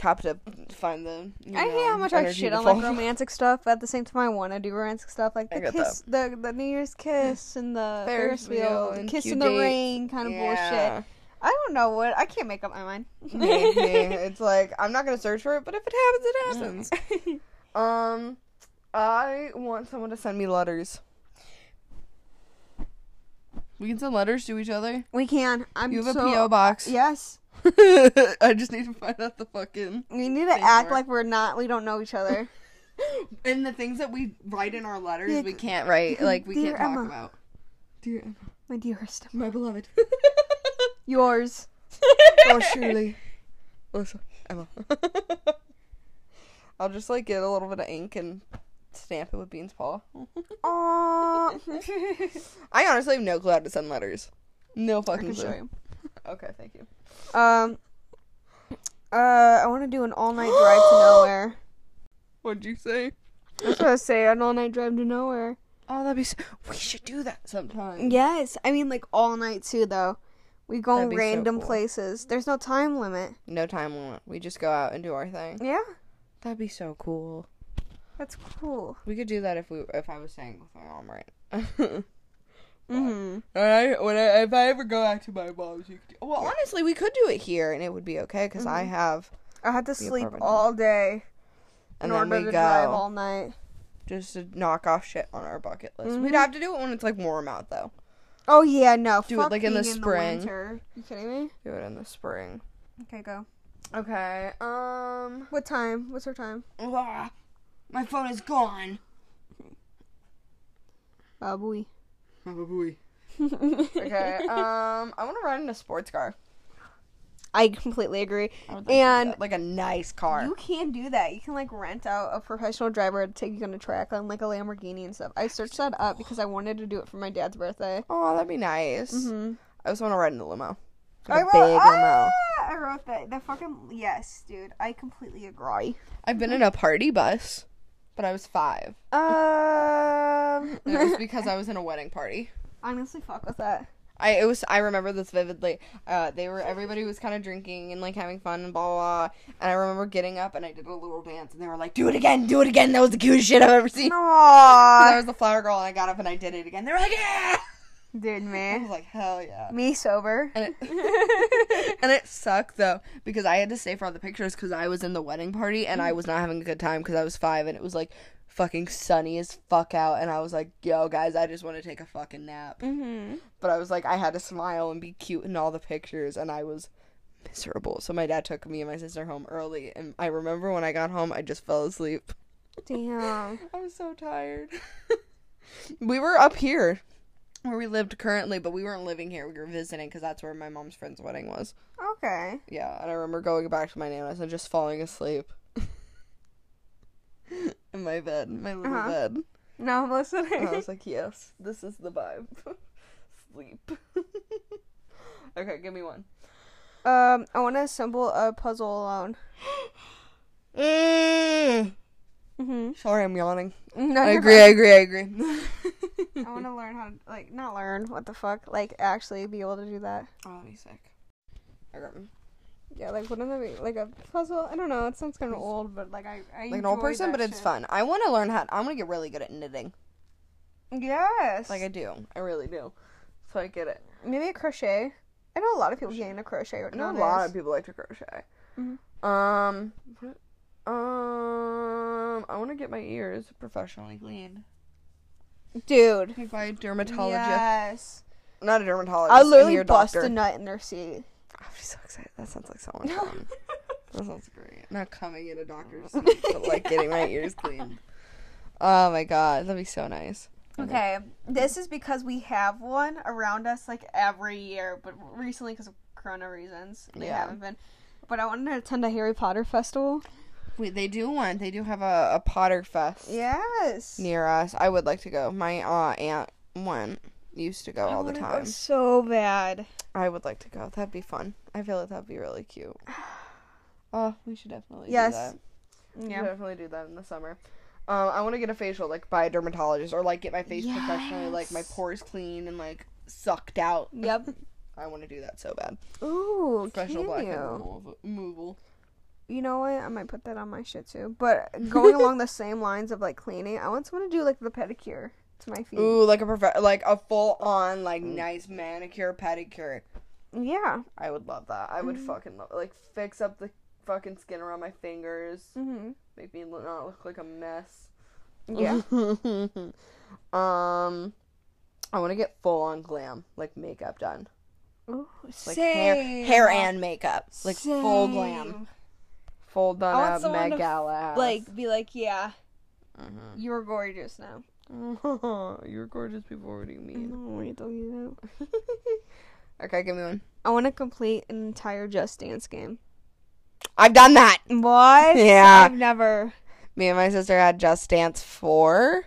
[SPEAKER 1] have to find the. you
[SPEAKER 2] I hate
[SPEAKER 1] know,
[SPEAKER 2] how much I
[SPEAKER 1] energy
[SPEAKER 2] shit
[SPEAKER 1] to
[SPEAKER 2] on like
[SPEAKER 1] fall-
[SPEAKER 2] romantic stuff, but at the same time I want to do romantic stuff like
[SPEAKER 1] I
[SPEAKER 2] the
[SPEAKER 1] get
[SPEAKER 2] kiss, the the New Year's kiss, and the
[SPEAKER 1] Ferris
[SPEAKER 2] Ferris,
[SPEAKER 1] wheel
[SPEAKER 2] wheel, the
[SPEAKER 1] and
[SPEAKER 2] kiss
[SPEAKER 1] cute
[SPEAKER 2] in the
[SPEAKER 1] dates.
[SPEAKER 2] rain kind of
[SPEAKER 1] Yeah.
[SPEAKER 2] bullshit. I don't know what I can't make up my mind.
[SPEAKER 1] Maybe. it's like, I'm not going to search for it, but if it happens, it happens. um, I want someone to send me letters. We can send letters to each other.
[SPEAKER 2] we can. I'm
[SPEAKER 1] You have
[SPEAKER 2] so
[SPEAKER 1] a P.O. box.
[SPEAKER 2] yes.
[SPEAKER 1] I just need to find out the fucking.
[SPEAKER 2] We need to
[SPEAKER 1] Thank
[SPEAKER 2] act
[SPEAKER 1] you.
[SPEAKER 2] like we're not. We don't know each other.
[SPEAKER 1] And the things that we write in our letters,
[SPEAKER 2] Yeah.
[SPEAKER 1] we can't write. Like, we
[SPEAKER 2] Dear
[SPEAKER 1] can't talk
[SPEAKER 2] Emma.
[SPEAKER 1] about. Dear Emma,
[SPEAKER 2] my dearest,
[SPEAKER 1] my beloved.
[SPEAKER 2] yours.
[SPEAKER 1] oh, surely. Listen, Emma. I'll just, like, get a little bit of ink and stamp it with Bean's paw.
[SPEAKER 2] Aww.
[SPEAKER 1] I honestly have no clue how to send letters. No
[SPEAKER 2] I can
[SPEAKER 1] fucking
[SPEAKER 2] show
[SPEAKER 1] clue.
[SPEAKER 2] you.
[SPEAKER 1] Okay, thank you.
[SPEAKER 2] Um. Uh, I want to do an all night drive to nowhere.
[SPEAKER 1] What'd you say?
[SPEAKER 2] That's what I say. An all night drive to nowhere.
[SPEAKER 1] Oh, that'd be. So- we should do that sometime.
[SPEAKER 2] Yes, I mean like all night too though. We go
[SPEAKER 1] That'd be so
[SPEAKER 2] random
[SPEAKER 1] cool.
[SPEAKER 2] places. There's no time limit.
[SPEAKER 1] No time limit. We just go out and do our thing.
[SPEAKER 2] Yeah,
[SPEAKER 1] That'd be so cool.
[SPEAKER 2] that's cool.
[SPEAKER 1] We could do that if we if I was staying with my mom, right?
[SPEAKER 2] Mm-hmm.
[SPEAKER 1] All right. When I if I ever go back to my mom's, you could. Do- Mm-hmm. well, honestly, we could do it here, and it would be okay because I have.
[SPEAKER 2] I had to
[SPEAKER 1] The
[SPEAKER 2] sleep
[SPEAKER 1] apartment.
[SPEAKER 2] all day
[SPEAKER 1] And
[SPEAKER 2] in
[SPEAKER 1] then
[SPEAKER 2] order
[SPEAKER 1] we
[SPEAKER 2] to
[SPEAKER 1] go
[SPEAKER 2] drive all night.
[SPEAKER 1] just to knock off shit on our bucket list. We'd
[SPEAKER 2] Mhm.
[SPEAKER 1] have to do it when it's like warm out, though.
[SPEAKER 2] Oh yeah, no.
[SPEAKER 1] Do it,
[SPEAKER 2] fuck
[SPEAKER 1] like, in the
[SPEAKER 2] being
[SPEAKER 1] spring.
[SPEAKER 2] winter. you kidding me?
[SPEAKER 1] Do it in the spring.
[SPEAKER 2] Okay, go.
[SPEAKER 1] Okay. Um.
[SPEAKER 2] What time? What's her time?
[SPEAKER 1] Ugh, my phone is gone.
[SPEAKER 2] Oh boy.
[SPEAKER 1] Okay. um, I want to ride in a sports car.
[SPEAKER 2] I completely agree.
[SPEAKER 1] I would like to do
[SPEAKER 2] And
[SPEAKER 1] that, like a nice car.
[SPEAKER 2] you can do that. You can like rent out a professional driver to take you on a track on like a Lamborghini and stuff. I searched that up because I wanted to do it for my dad's birthday.
[SPEAKER 1] oh, that'd be nice.
[SPEAKER 2] Mm-hmm.
[SPEAKER 1] I just want to ride in the limo.
[SPEAKER 2] I
[SPEAKER 1] Like a
[SPEAKER 2] wrote-
[SPEAKER 1] big limo.
[SPEAKER 2] ah, I wrote that. That fucking yes, dude. I completely agree.
[SPEAKER 1] I've been in a party bus, but I was five.
[SPEAKER 2] Um,
[SPEAKER 1] And it was because I was in a wedding party.
[SPEAKER 2] honestly, fuck with that.
[SPEAKER 1] I it was I remember this vividly. Uh, they were everybody was kind of drinking and like having fun and blah, blah blah. And I remember getting up and I did a little dance and they were like, "Do it again, do it again." That was the cutest shit I've ever seen. 'Cause I
[SPEAKER 2] No,
[SPEAKER 1] was the flower girl and I got up and I did it again. They were like, "Yeah!"
[SPEAKER 2] dude,
[SPEAKER 1] I
[SPEAKER 2] man.
[SPEAKER 1] was like, "Hell yeah!"
[SPEAKER 2] Me sober.
[SPEAKER 1] And it, and it sucked though because I had to stay for all the pictures because I was in the wedding party and I was not having a good time because I was five and it was like fucking sunny as fuck out and I was like, yo guys, I just want to take a fucking nap.
[SPEAKER 2] Mm-hmm.
[SPEAKER 1] But I was like, I had to smile and be cute in all the pictures and I was miserable. So my dad took me and my sister home early and I remember when I got home, I just fell asleep.
[SPEAKER 2] Damn.
[SPEAKER 1] I was so tired. we were up here where we lived currently, but we weren't living here. We were visiting because that's where my mom's friend's wedding was.
[SPEAKER 2] Okay.
[SPEAKER 1] Yeah, and I remember going back to my nana's and just falling asleep in my bed, my little
[SPEAKER 2] Uh-huh.
[SPEAKER 1] bed.
[SPEAKER 2] Now I'm listening.
[SPEAKER 1] And I was like, yes, this is the vibe. Sleep. okay, give me one.
[SPEAKER 2] Um, I want to assemble a puzzle alone.
[SPEAKER 1] Mm.
[SPEAKER 2] Mm-hmm.
[SPEAKER 1] Sorry, I'm yawning.
[SPEAKER 2] No,
[SPEAKER 1] I Oh,
[SPEAKER 2] you're
[SPEAKER 1] agree, I agree, I agree.
[SPEAKER 2] I want to learn how to like not learn what the fuck like actually be able to do that.
[SPEAKER 1] Oh, that'd be sick. I got one.
[SPEAKER 2] Yeah, like wouldn't that be like a puzzle? I don't know. It sounds kind of old, but like I, I
[SPEAKER 1] Like an old
[SPEAKER 2] enjoy
[SPEAKER 1] person,
[SPEAKER 2] that
[SPEAKER 1] but it's
[SPEAKER 2] shit.
[SPEAKER 1] fun. I want to learn how. I'm gonna get really good at knitting.
[SPEAKER 2] Yes.
[SPEAKER 1] Like I do. I really do. So I get it.
[SPEAKER 2] maybe a crochet. I know a lot of people getting a crochet.
[SPEAKER 1] I know
[SPEAKER 2] Not
[SPEAKER 1] a lot of people like to crochet.
[SPEAKER 2] Mhm.
[SPEAKER 1] Um, what- um, I want to get my ears professionally cleaned.
[SPEAKER 2] Dude.
[SPEAKER 1] Like by a dermatologist.
[SPEAKER 2] Yes.
[SPEAKER 1] Not a dermatologist.
[SPEAKER 2] I literally
[SPEAKER 1] ear
[SPEAKER 2] bust
[SPEAKER 1] doctor. Ah,
[SPEAKER 2] a nut in their seat.
[SPEAKER 1] I'm so excited. That sounds like so much fun. that sounds great. Not coming in a doctor's seat, but like getting my ears cleaned. Oh my god, that'd be so nice.
[SPEAKER 2] Okay, this is because we have one around us like every year, but recently because of Corona reasons they
[SPEAKER 1] Yeah.
[SPEAKER 2] haven't been. But I wanted to attend a Harry Potter festival.
[SPEAKER 1] Wait, they do one. They do have a, a Potter Fest
[SPEAKER 2] Yes.
[SPEAKER 1] near us. I would like to go. My uh, aunt went. Used to go all the time.
[SPEAKER 2] so bad.
[SPEAKER 1] I would like to go. That'd be fun. I feel like that'd be really cute. Oh, we should definitely
[SPEAKER 2] Yes.
[SPEAKER 1] do that. We should
[SPEAKER 2] Yeah.
[SPEAKER 1] definitely do that in the summer. Um, I want to get a facial like by a dermatologist or like get my face professionally like my
[SPEAKER 2] Yes.
[SPEAKER 1] pores clean and like sucked out.
[SPEAKER 2] Yep.
[SPEAKER 1] I want to do that so bad.
[SPEAKER 2] Ooh,
[SPEAKER 1] Professional black
[SPEAKER 2] can you?
[SPEAKER 1] removal. removal.
[SPEAKER 2] You know what? I might put that on my shit too. But going along the same lines of like cleaning, I want someone to do like the pedicure to my feet.
[SPEAKER 1] Ooh, like a prof- like a full on like
[SPEAKER 2] Mm.
[SPEAKER 1] nice manicure pedicure.
[SPEAKER 2] Yeah.
[SPEAKER 1] I would love that. I would
[SPEAKER 2] Mm.
[SPEAKER 1] fucking love like fix up the fucking skin around my fingers,
[SPEAKER 2] Mm-hmm.
[SPEAKER 1] make me lo- not look like a mess.
[SPEAKER 2] Yeah.
[SPEAKER 1] um, I want to get full on glam, like makeup done,
[SPEAKER 2] Ooh,
[SPEAKER 1] like hair, hair and makeup, like full glam, full done
[SPEAKER 2] I want
[SPEAKER 1] up
[SPEAKER 2] someone to
[SPEAKER 1] Met
[SPEAKER 2] f-
[SPEAKER 1] Gala. ass.
[SPEAKER 2] Like be like, yeah,
[SPEAKER 1] Mhm.
[SPEAKER 2] you were gorgeous now.
[SPEAKER 1] Mm-hmm. you're gorgeous before. What do you mean?
[SPEAKER 2] what are you talking about?
[SPEAKER 1] okay, give me one.
[SPEAKER 2] I want to complete an entire Just Dance game.
[SPEAKER 1] I've done that.
[SPEAKER 2] What?
[SPEAKER 1] Yeah.
[SPEAKER 2] I've never.
[SPEAKER 1] Me and my sister had Just Dance 4.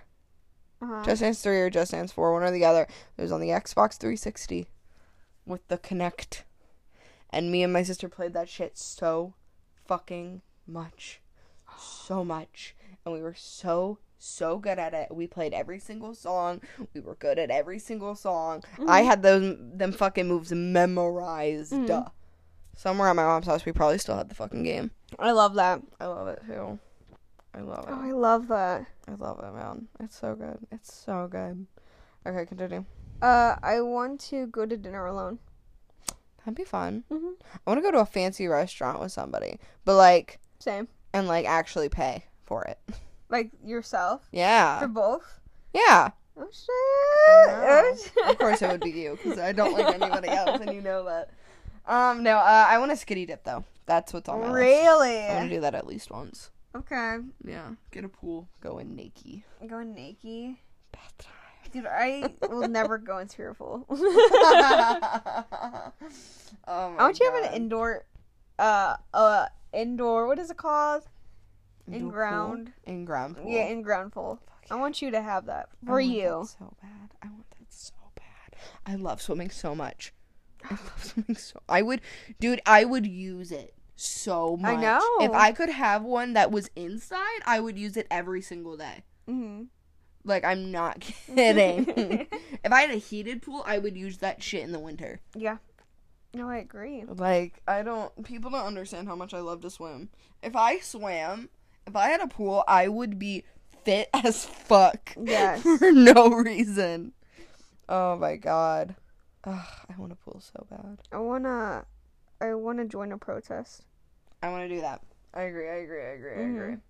[SPEAKER 2] Uh-huh.
[SPEAKER 1] Just Dance 3 or Just Dance 4, one or the other. It was on the Xbox 360 with the Kinect. And me and my sister played that shit so fucking much. So much. And we were so, so good at it. We played every single song. We were good at every single song. I had those them fucking moves memorized. Somewhere at my mom's house, we probably still had the fucking game.
[SPEAKER 2] I love that.
[SPEAKER 1] I love it too. I love it.
[SPEAKER 2] Oh, I love that.
[SPEAKER 1] I love it, man. It's so good. It's so good. Okay, continue.
[SPEAKER 2] Uh, I want to go to dinner alone.
[SPEAKER 1] That'd be fun.
[SPEAKER 2] Mhm.
[SPEAKER 1] I want to go to a fancy restaurant with somebody, but like,
[SPEAKER 2] Same.
[SPEAKER 1] and like actually pay for it.
[SPEAKER 2] Like yourself. For
[SPEAKER 1] Yeah.
[SPEAKER 2] both.
[SPEAKER 1] Yeah.
[SPEAKER 2] Oh shit.
[SPEAKER 1] know.
[SPEAKER 2] Oh, shit.
[SPEAKER 1] Of course it would be you because I don't like anybody else, and you know that. Um, no, uh, I want a skitty dip though. That's what's on my list. I want
[SPEAKER 2] Really?
[SPEAKER 1] to do that at least once.
[SPEAKER 2] Okay.
[SPEAKER 1] Yeah. Get a pool. Go in naked.
[SPEAKER 2] Go naked.
[SPEAKER 1] Bath time.
[SPEAKER 2] Dude, I will never go in your pool.
[SPEAKER 1] oh my
[SPEAKER 2] I want you to have
[SPEAKER 1] God.
[SPEAKER 2] an indoor, uh, uh, indoor. What is it called? In
[SPEAKER 1] Indoor pool?
[SPEAKER 2] ground.
[SPEAKER 1] In ground pool.
[SPEAKER 2] Yeah, in ground pool. I want you to have that
[SPEAKER 1] I
[SPEAKER 2] for
[SPEAKER 1] want that
[SPEAKER 2] you.
[SPEAKER 1] so bad. I want that so bad. I love swimming so much. I love swimming so. I would, dude. I would use it so much. If
[SPEAKER 2] know.
[SPEAKER 1] I could have one that was inside, I would use it every single day.
[SPEAKER 2] Mm-hmm.
[SPEAKER 1] Like I'm not kidding. if I had a heated pool, I would use that shit in the winter.
[SPEAKER 2] Yeah. No, I agree.
[SPEAKER 1] Like I don't. People don't understand how much I love to swim. If I swam, if I had a pool, I would be fit as fuck.
[SPEAKER 2] Yes.
[SPEAKER 1] for no reason. Oh my god. Ugh, I want a pool so bad.
[SPEAKER 2] I wanna, I wanna join a protest.
[SPEAKER 1] I want to do that. I agree. I agree. I agree. I agree.
[SPEAKER 2] Mhm.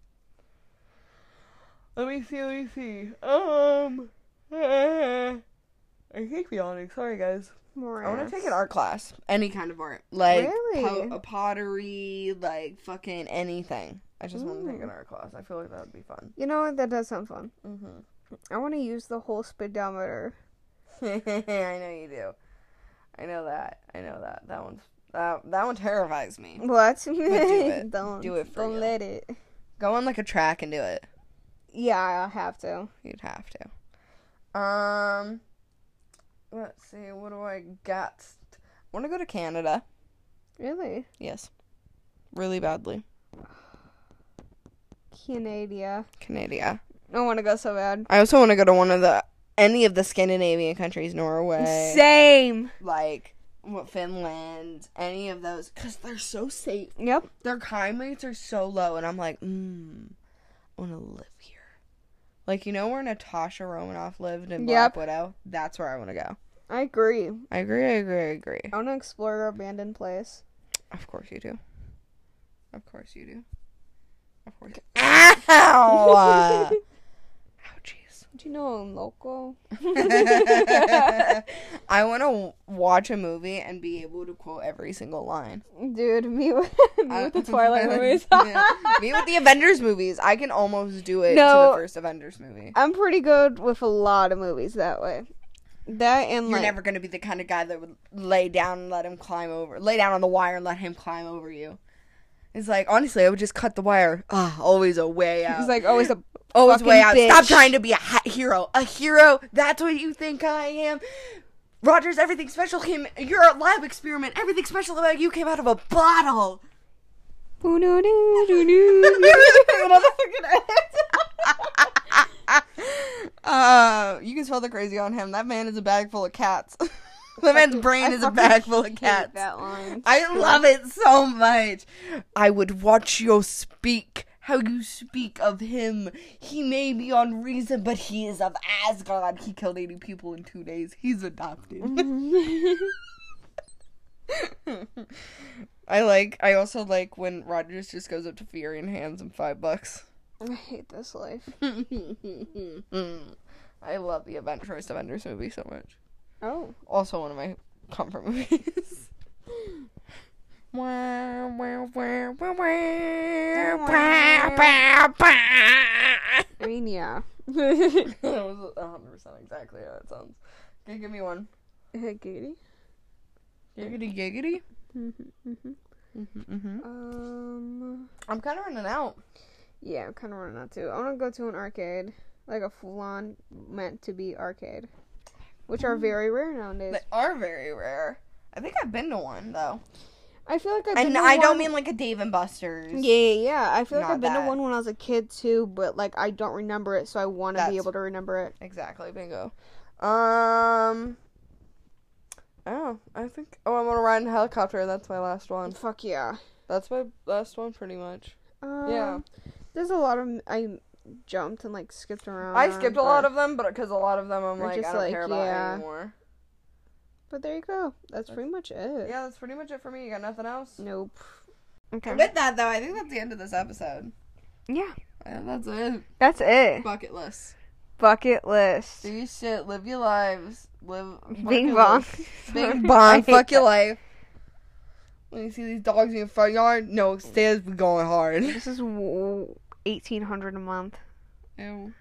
[SPEAKER 1] Let me see. Let me see. Um, I think we all do. Sorry, guys.
[SPEAKER 2] More.
[SPEAKER 1] I want to take an art class, any kind of art, like
[SPEAKER 2] Really?
[SPEAKER 1] po- a pottery, like fucking anything. I just want to take an art class. I feel like that would be fun.
[SPEAKER 2] You know what? That does sound fun.
[SPEAKER 1] Mm-hmm.
[SPEAKER 2] I want to use the whole speedometer.
[SPEAKER 1] I know you do. I know that. I know that. That one's that that one terrifies me.
[SPEAKER 2] What?
[SPEAKER 1] it.
[SPEAKER 2] don't
[SPEAKER 1] Do it for
[SPEAKER 2] Don't
[SPEAKER 1] you.
[SPEAKER 2] let it.
[SPEAKER 1] Go on like a track and do it.
[SPEAKER 2] Yeah, I have to.
[SPEAKER 1] You'd have to. Um, let's see. What do I got? I want to go to Canada.
[SPEAKER 2] Really?
[SPEAKER 1] Yes, really badly.
[SPEAKER 2] Canada.
[SPEAKER 1] Canada.
[SPEAKER 2] I want to go so bad.
[SPEAKER 1] I also want to go to one of the any of the Scandinavian countries, Norway,
[SPEAKER 2] Same.
[SPEAKER 1] like what Finland, any of those, because they're so safe.
[SPEAKER 2] Yep.
[SPEAKER 1] Their crime rates are so low, and I'm like, mm, I want to live here. Like you know where Natasha Romanoff lived in Black
[SPEAKER 2] Yep.
[SPEAKER 1] Widow? That's where I want to go.
[SPEAKER 2] I agree.
[SPEAKER 1] I agree. I agree. I agree.
[SPEAKER 2] I want to explore abandoned place.
[SPEAKER 1] Of course you do. Of course you do. Of course. Ow! Ouchies.
[SPEAKER 2] Do you know I'm local?
[SPEAKER 1] I want to watch a movie and be able to quote every single line.
[SPEAKER 2] Dude, me with, me
[SPEAKER 1] I-
[SPEAKER 2] with the Twilight movies.
[SPEAKER 1] Yeah. Me with the Avengers movies. I can almost do it to
[SPEAKER 2] No.
[SPEAKER 1] the first Avengers movie.
[SPEAKER 2] I'm pretty good with a lot of movies that way. That and
[SPEAKER 1] You're
[SPEAKER 2] like
[SPEAKER 1] never going to be the kind of guy that would lay down and let him climb over, lay down on the wire and let him climb over you. It's like, honestly, I would just cut the wire. Ah, always a way out.
[SPEAKER 2] he's like always a
[SPEAKER 1] always Oh, way out.
[SPEAKER 2] fucking
[SPEAKER 1] Stop
[SPEAKER 2] bitch.
[SPEAKER 1] trying to be a ha- hero. A hero. That's what you think I am. Rogers, everything special came. You're a lab experiment. Everything special about you came out of a bottle. uh, you can smell the crazy on him. That man is a bag full of cats. that man's brain is a bag full of cats.
[SPEAKER 2] that line.
[SPEAKER 1] I love it so much. I would watch you speak. How you speak of him. He may be on reason, but he is of Asgard. He killed 80 people in two days. He's adopted. I like, I also like when Rogers just goes up to Fury and hands him five bucks.
[SPEAKER 2] I hate this life.
[SPEAKER 1] Mm. I love the Avengers first Avengers movie so much.
[SPEAKER 2] Oh.
[SPEAKER 1] Also one of my comfort movies.
[SPEAKER 2] I mean, yeah.
[SPEAKER 1] that was 100% exactly how it sounds. Okay, give me one.
[SPEAKER 2] Giggity.
[SPEAKER 1] Giggity giggity.
[SPEAKER 2] Mm-hmm,
[SPEAKER 1] Mm-hmm,
[SPEAKER 2] Um.
[SPEAKER 1] I'm kind of running out.
[SPEAKER 2] Yeah, I'm kind of running out too. I want to go to an arcade, like a full-on meant to be arcade, which
[SPEAKER 1] Mm-hmm.
[SPEAKER 2] are very rare nowadays.
[SPEAKER 1] They are very rare. I think I've been to one though.
[SPEAKER 2] I feel like I've been
[SPEAKER 1] And
[SPEAKER 2] to
[SPEAKER 1] I
[SPEAKER 2] one-
[SPEAKER 1] don't mean like a Dave and Buster's.
[SPEAKER 2] Yeah, yeah, yeah. I feel like
[SPEAKER 1] Not
[SPEAKER 2] I've been
[SPEAKER 1] that.
[SPEAKER 2] to one when I was a kid too, but like I don't remember it, so I want to be
[SPEAKER 1] That's-
[SPEAKER 2] able to remember it.
[SPEAKER 1] Exactly, bingo. Um Oh, I think oh I'm gonna ride in a helicopter, that's my last one.
[SPEAKER 2] Fuck yeah.
[SPEAKER 1] That's my last one pretty much.
[SPEAKER 2] Um,
[SPEAKER 1] Yeah.
[SPEAKER 2] There's a lot of I jumped and like skipped around.
[SPEAKER 1] I skipped a
[SPEAKER 2] but-
[SPEAKER 1] lot of them, but because a lot of them I'm
[SPEAKER 2] Or
[SPEAKER 1] like I
[SPEAKER 2] just
[SPEAKER 1] don't
[SPEAKER 2] like,
[SPEAKER 1] care about
[SPEAKER 2] yeah.
[SPEAKER 1] anymore.
[SPEAKER 2] But there you go. That's pretty much it.
[SPEAKER 1] Yeah, that's pretty much it for me. You got nothing else?
[SPEAKER 2] Nope. Okay.
[SPEAKER 1] With that though, I think that's the end of this episode.
[SPEAKER 2] Yeah.
[SPEAKER 1] Yeah, that's it.
[SPEAKER 2] That's it.
[SPEAKER 1] Bucket list.
[SPEAKER 2] Bucket list.
[SPEAKER 1] Do your shit. Live your lives. Live. fuck
[SPEAKER 2] Bing
[SPEAKER 1] your
[SPEAKER 2] bong.
[SPEAKER 1] life. Bing bong.
[SPEAKER 2] I hate
[SPEAKER 1] Fuck your life. When you see these dogs in your front yard, no, stairs be going hard.
[SPEAKER 2] This is w- eighteen hundred a month.
[SPEAKER 1] Ew.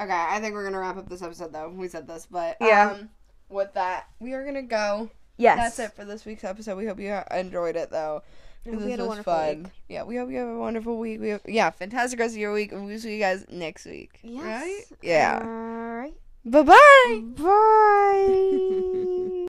[SPEAKER 1] Okay, I think we're gonna wrap up this episode though. We said this, but
[SPEAKER 2] Yeah.
[SPEAKER 1] um, with that, we are gonna go.
[SPEAKER 2] Yes.
[SPEAKER 1] That's it for this week's episode. We hope you enjoyed it though.
[SPEAKER 2] I hope
[SPEAKER 1] This
[SPEAKER 2] you had a
[SPEAKER 1] was
[SPEAKER 2] wonderful
[SPEAKER 1] fun.
[SPEAKER 2] week.
[SPEAKER 1] Yeah, we hope you have a wonderful week. We have, yeah, fantastic rest of your week, and we'll see you guys next week.
[SPEAKER 2] Yes.
[SPEAKER 1] Right? Yeah.
[SPEAKER 2] All right.
[SPEAKER 1] Bye bye.
[SPEAKER 2] Bye.